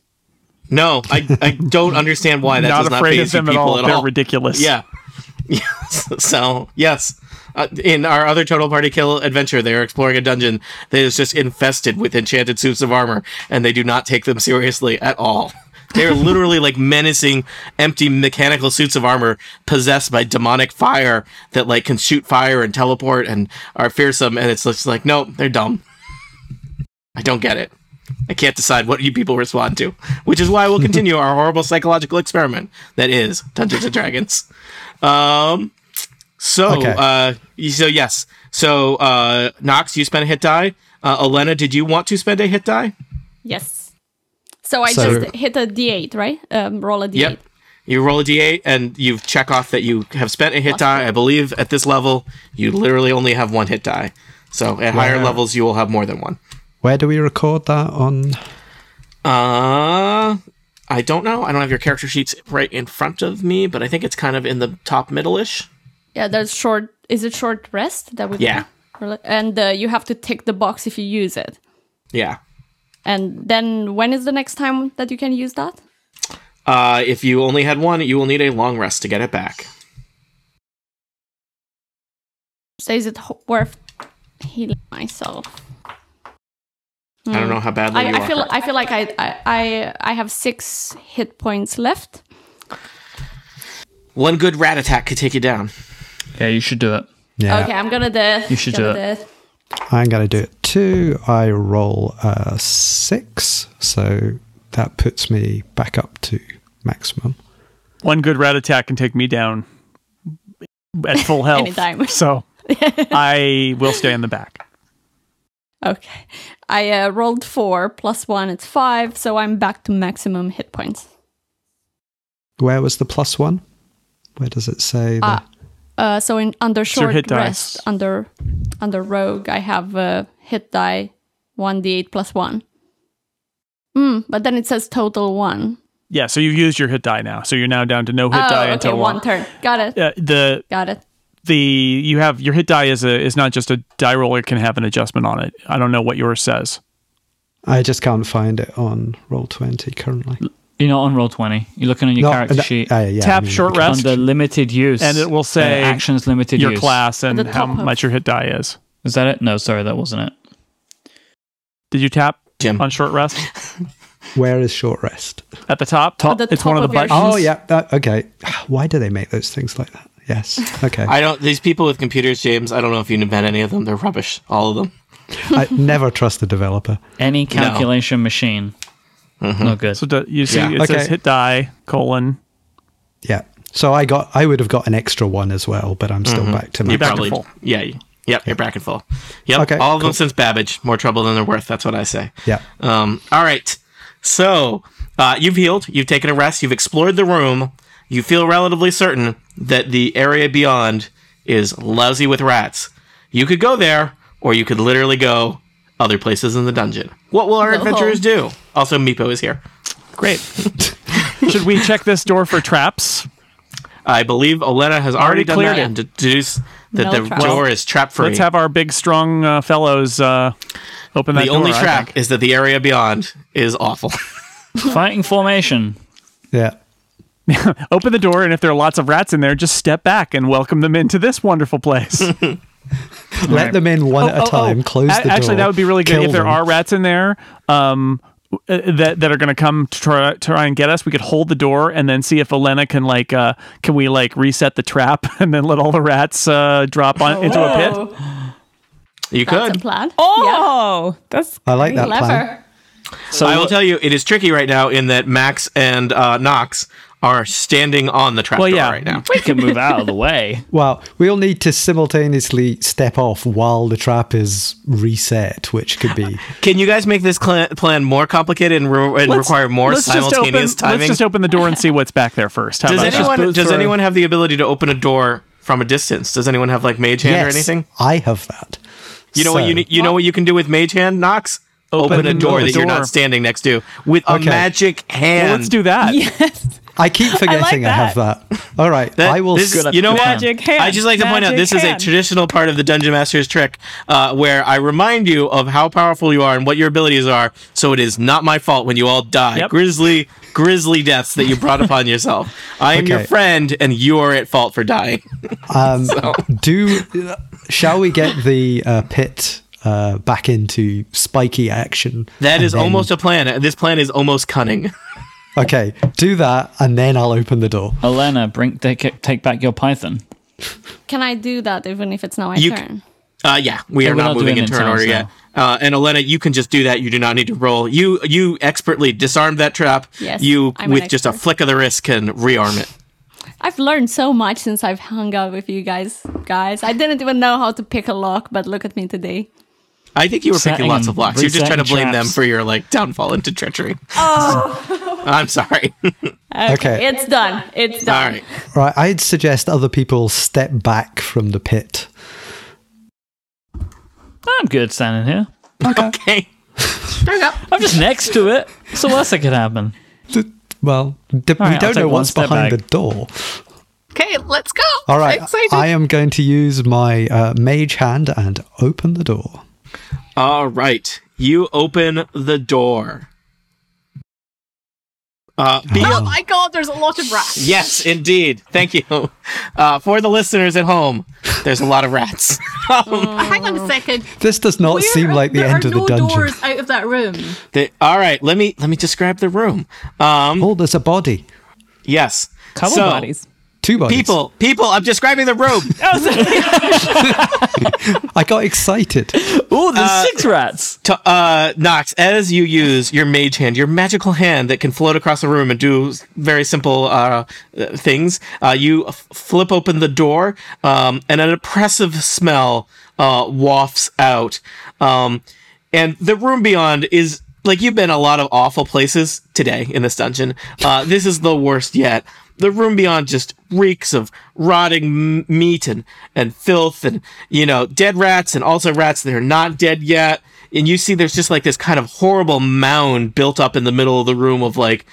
Speaker 1: No, I, I don't understand why that
Speaker 7: not
Speaker 1: does not
Speaker 7: afraid
Speaker 1: phase
Speaker 7: of them
Speaker 1: you
Speaker 7: at
Speaker 1: people
Speaker 7: all. They're ridiculous.
Speaker 1: Yeah. Yes. So yes, uh, in our other total party kill adventure, they are exploring a dungeon that is just infested with enchanted suits of armor, and they do not take them seriously at all. They are literally like menacing, empty mechanical suits of armor possessed by demonic fire that like can shoot fire and teleport and are fearsome. And it's just like, no, they're dumb. I don't get it. I can't decide what you people respond to, which is why we'll continue our horrible psychological experiment that is Dungeons and Dragons. Um, so,
Speaker 5: Okay.
Speaker 1: uh, y- so yes, so uh, Nox, you spent a hit die. Uh, Elena, did you want to spend a hit die?
Speaker 2: Yes. So I
Speaker 5: So-
Speaker 2: just hit a d8, right? Um, roll a d8.
Speaker 1: Yep. You roll a d8 and you check off that you have spent a hit die. I believe at this level, you literally only have one hit die. So at higher levels, you will have more than one.
Speaker 5: Where do we record that on?
Speaker 1: Uh, I don't know. I don't have your character sheets right in front of me, but I think it's kind of in the top middle ish.
Speaker 2: Yeah, there's short. Is it short rest that we?
Speaker 1: Yeah.
Speaker 2: Rel- And uh, you have to tick the box if you use it.
Speaker 1: Yeah.
Speaker 2: And then when is the next time that you can use that?
Speaker 1: Uh, if you only had one, you will need a long rest to get it back.
Speaker 2: So is it ho- worth healing myself?
Speaker 1: I don't know how badly
Speaker 2: Hmm. I,
Speaker 1: you
Speaker 2: I
Speaker 1: are.
Speaker 2: feel
Speaker 1: hurt.
Speaker 2: I feel like I, I I I have six hit points left.
Speaker 1: one good rat attack could take you down.
Speaker 3: Yeah, you should do it.
Speaker 5: Yeah,
Speaker 2: Okay, I'm gonna do.
Speaker 3: You should
Speaker 2: gonna
Speaker 3: do
Speaker 2: it.
Speaker 5: I'm gonna do it too. I roll a six, so that puts me back up to maximum.
Speaker 7: One good rat attack can take me down at full health.
Speaker 2: Anytime.
Speaker 7: So I will stay in the back.
Speaker 2: Okay, I uh, rolled four plus one. It's five, so I'm back to maximum hit points.
Speaker 5: Where was the plus one? Where does it say? The,
Speaker 2: Ah, Uh, so in under short
Speaker 7: hit dice.
Speaker 2: rest, under under rogue, I have uh, hit die one d8 plus one. Mm, but then it says total one.
Speaker 7: Yeah, so you've used your hit die now. So you're now down to no hit
Speaker 2: oh,
Speaker 7: die
Speaker 2: okay,
Speaker 7: until
Speaker 2: one turn. Got it.
Speaker 7: Uh, the
Speaker 2: Got it.
Speaker 7: the you have your hit die is a is not just a die roll, it can have an adjustment on it. I don't know what yours says.
Speaker 5: I just can't find it on roll twenty currently.
Speaker 3: You're not on roll twenty. You're looking on your
Speaker 5: No,
Speaker 3: character
Speaker 5: no,
Speaker 3: sheet
Speaker 5: ah, yeah,
Speaker 7: Tap
Speaker 5: I mean,
Speaker 7: short rest
Speaker 3: under limited use,
Speaker 7: and it will
Speaker 3: uh,
Speaker 7: say
Speaker 3: actions limited
Speaker 7: your
Speaker 3: use.
Speaker 7: class and
Speaker 2: At the
Speaker 7: how
Speaker 2: top of-
Speaker 7: much your hit die is.
Speaker 3: Is that it? No, sorry, that wasn't it.
Speaker 7: Did you tap
Speaker 1: Jim.
Speaker 7: on short rest
Speaker 5: Where is short rest?
Speaker 7: at the top?
Speaker 3: Top-
Speaker 2: At the
Speaker 7: it's one
Speaker 2: top
Speaker 7: of the
Speaker 2: of your
Speaker 7: buttons.
Speaker 5: Oh yeah, that, okay. Why do they make those things like that? Yes. Okay. I,
Speaker 1: I don't. These people with computers, James. I don't know if you met any of them. They're rubbish. All of them.
Speaker 5: never trust a developer.
Speaker 3: Any calculation machine.
Speaker 1: Mm-hmm.
Speaker 3: No good.
Speaker 7: So do, you see,
Speaker 1: Yeah.
Speaker 7: it says
Speaker 5: Okay.
Speaker 7: hit die colon.
Speaker 5: Yeah. So I got. I would have got an extra one as well, but I'm still back to my.
Speaker 7: You're back to full.
Speaker 1: Yeah. you- Yep. You're bracket full. Yep.
Speaker 5: Okay,
Speaker 1: all of them
Speaker 5: cool.
Speaker 1: since Babbage. More trouble than they're worth. That's what I say.
Speaker 5: Yeah.
Speaker 1: Um, all right. So uh, you've healed. You've taken a rest. You've explored the room. You feel relatively certain that the area beyond is lousy with rats. You could go there, or you could literally go other places in the dungeon. What will our
Speaker 2: Go
Speaker 1: adventurers do? Also, Meepo is here.
Speaker 7: Great. Should we check this door for traps?
Speaker 1: I believe Olena has already,
Speaker 7: Already
Speaker 1: done
Speaker 7: cleared
Speaker 1: that
Speaker 7: it.
Speaker 1: and deduced that
Speaker 2: No
Speaker 1: the
Speaker 2: traps.
Speaker 1: door is trap free.
Speaker 7: Let's have our big, strong uh, fellows uh, open that
Speaker 1: the
Speaker 7: door.
Speaker 1: only
Speaker 7: I
Speaker 1: trap
Speaker 7: think.
Speaker 1: is that the area beyond is awful.
Speaker 3: Fighting formation.
Speaker 5: Yeah.
Speaker 7: Open the door, and if there are lots of rats in there, just step back and welcome them into this wonderful place.
Speaker 5: Let
Speaker 3: Right.
Speaker 5: them in one at a time. Close
Speaker 7: Oh, A-
Speaker 5: the door.
Speaker 7: Actually, that would be really good
Speaker 5: kill
Speaker 7: if there
Speaker 5: them.
Speaker 7: are rats in there. Um, uh, that that are going to come to try, try and get us. We could hold the door and then see if Elena can like uh, can we like reset the trap and then let all the rats uh, drop on into a pit.
Speaker 2: Oh,
Speaker 1: you
Speaker 2: that's a
Speaker 1: could.
Speaker 2: plan.
Speaker 4: Oh, that's
Speaker 5: I like that plan.
Speaker 2: clever.
Speaker 3: So
Speaker 1: I will tell you, it is tricky right now in that Max and uh, Knox are standing on the trap
Speaker 7: Well,
Speaker 1: door
Speaker 7: yeah.
Speaker 1: right now.
Speaker 3: we can move out of the way.
Speaker 5: Well, we'll need to simultaneously step off while the trap is reset, which could be.
Speaker 1: Can you guys make this cl- plan more complicated and, re- and
Speaker 7: Let's-
Speaker 1: require more
Speaker 7: let's just open-
Speaker 1: simultaneous timing?
Speaker 7: Let's just open the door and see what's back there first. How
Speaker 1: does
Speaker 7: about that?
Speaker 1: anyone
Speaker 3: booth
Speaker 1: does
Speaker 3: or-
Speaker 1: anyone have the ability to open a door from a distance? Does anyone have like mage hand or
Speaker 5: Yes,
Speaker 1: anything?
Speaker 5: I have that.
Speaker 1: You know what you
Speaker 5: So-
Speaker 1: ne- you know what you can do with mage hand, Knox? Open, a door
Speaker 7: the
Speaker 1: that you're
Speaker 7: door.
Speaker 1: not standing next to with a
Speaker 5: Okay.
Speaker 1: magic hand.
Speaker 7: Well, let's do that.
Speaker 4: yes.
Speaker 5: I keep forgetting I, have that. All right,
Speaker 1: That-
Speaker 5: I will.
Speaker 1: this-
Speaker 5: s-
Speaker 1: you know what?
Speaker 4: Magic hand.
Speaker 1: I just like to point out
Speaker 4: Magic
Speaker 1: this is a
Speaker 4: hand.
Speaker 1: traditional part of the Dungeon Master's trick, uh, where I remind you of how powerful you are and what your abilities are. So it is not my fault when you all die
Speaker 7: Yep.
Speaker 1: grisly, grisly deaths that you brought upon yourself. I am your
Speaker 5: Okay.
Speaker 1: friend, and you are at fault for dying.
Speaker 5: Um, Do shall we get the uh, pit uh, back into spiky action?
Speaker 1: That is
Speaker 5: And then-
Speaker 1: almost a plan. This plan is almost cunning.
Speaker 5: okay. Do that, and then I'll open the door.
Speaker 3: Elena, bring take, take back your python.
Speaker 2: Can I do that even if it's not my
Speaker 1: You c-
Speaker 2: turn?
Speaker 1: Uh, yeah, we
Speaker 3: Yeah,
Speaker 1: are
Speaker 3: we're
Speaker 1: not
Speaker 3: not
Speaker 1: moving
Speaker 3: doing
Speaker 1: in
Speaker 3: it in
Speaker 1: turn
Speaker 3: turns
Speaker 1: order yet. Uh, and Elena, you can just do that. You do not need to roll. You you expertly disarm that trap.
Speaker 2: Yes,
Speaker 1: you
Speaker 2: I'm an
Speaker 1: with just a
Speaker 2: expert.
Speaker 1: flick of the wrist can rearm it.
Speaker 2: I've learned so much since I've hung out with you guys. Guys, I didn't even know how to pick a lock, but look at me today.
Speaker 1: I think you were
Speaker 3: Setting
Speaker 1: picking lots
Speaker 3: and
Speaker 1: of locks. You're just trying to
Speaker 3: resetting
Speaker 1: blame them
Speaker 3: traps.
Speaker 1: for your like downfall into treachery. Oh, I'm sorry. All
Speaker 5: Okay.
Speaker 2: It's, done. It's done.
Speaker 1: right.
Speaker 5: Right. I'd suggest other people step back from the pit.
Speaker 3: I'm good standing here.
Speaker 1: Okay.
Speaker 3: I'm just next to it. What's the worst that could happen?
Speaker 5: D- Well, d-
Speaker 3: All right,
Speaker 5: we
Speaker 3: I'll
Speaker 5: don't
Speaker 3: take
Speaker 5: know
Speaker 3: one
Speaker 5: what's
Speaker 3: step
Speaker 5: behind
Speaker 3: back.
Speaker 5: the door.
Speaker 6: Okay, let's go.
Speaker 5: All right.
Speaker 6: Excited.
Speaker 5: I am going to use my uh, mage hand and open the door.
Speaker 1: All right. You open the door. Uh, be-
Speaker 6: oh my god, there's a lot of rats.
Speaker 1: Yes, indeed. Thank you. Uh, for the listeners at home, there's a lot of rats.
Speaker 6: Oh,
Speaker 1: Um,
Speaker 9: Hang on a second.
Speaker 5: This does not
Speaker 9: Where
Speaker 5: seem
Speaker 9: are-
Speaker 5: like the
Speaker 9: there
Speaker 5: end
Speaker 9: are
Speaker 5: of the
Speaker 9: no
Speaker 5: dungeon.
Speaker 9: doors out of that room.
Speaker 1: They- all right, let me let me describe the room. Um,
Speaker 5: Oh, there's a body.
Speaker 1: yes,
Speaker 4: Couple
Speaker 1: So,
Speaker 4: bodies.
Speaker 5: Two bodies.
Speaker 1: people, people. I'm describing the room.
Speaker 5: I got excited.
Speaker 3: Oh, there's six rats.
Speaker 1: to, uh, Nox, as you use your mage hand, your magical hand that can float across the room and do s- very simple uh, uh, things, uh, you f- flip open the door, um, and an oppressive smell uh, wafts out. Um, and the room beyond is like you've been a lot of awful places today in this dungeon. Uh, this is the worst yet. The room beyond just reeks of rotting m- meat and, and filth and, you know, dead rats and also rats that are not dead yet. And you see there's just like this kind of horrible mound built up in the middle of the room of like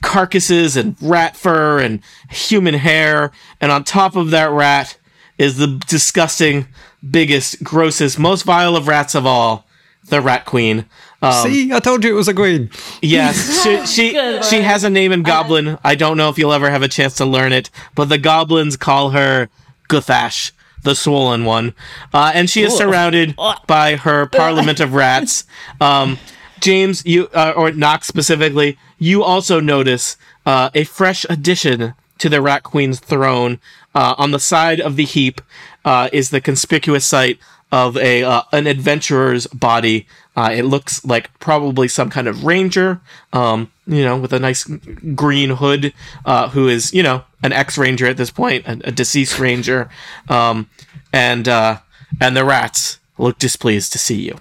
Speaker 1: carcasses and rat fur and human hair. And on top of that rat is the disgusting, biggest, grossest, most vile of rats of all, the rat queen. Um,
Speaker 5: See, I told you it was a queen.
Speaker 1: Yes, she she,
Speaker 2: Good
Speaker 1: she
Speaker 2: one.
Speaker 1: has a name in Goblin. I don't know if you'll ever have a chance to learn it, but the goblins call her Guthash, the swollen one, uh, and she is surrounded by her parliament of rats. Um, James, you uh, or Knox specifically, you also notice uh, a fresh addition to the Rat Queen's throne. Uh, on the side of the heap uh, is the conspicuous sight of a uh, an adventurer's body. Uh, it looks like probably some kind of ranger, um, you know, with a nice green hood, uh, who is you know an ex ranger at this point, a, a deceased ranger, um, and uh, and the rats look displeased to see you.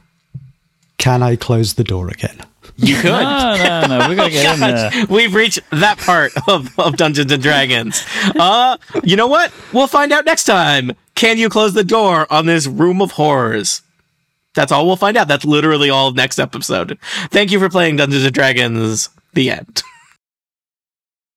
Speaker 5: Can I close the door again?
Speaker 1: You could.
Speaker 3: No, no, no. We're gonna get in there.
Speaker 1: We've reached that part of, of Dungeons and Dragons. Uh, you know what? We'll find out next time. Can you close the door on this room of horrors? That's all we'll find out. That's literally all of next episode. Thank you for playing Dungeons and Dragons. The end.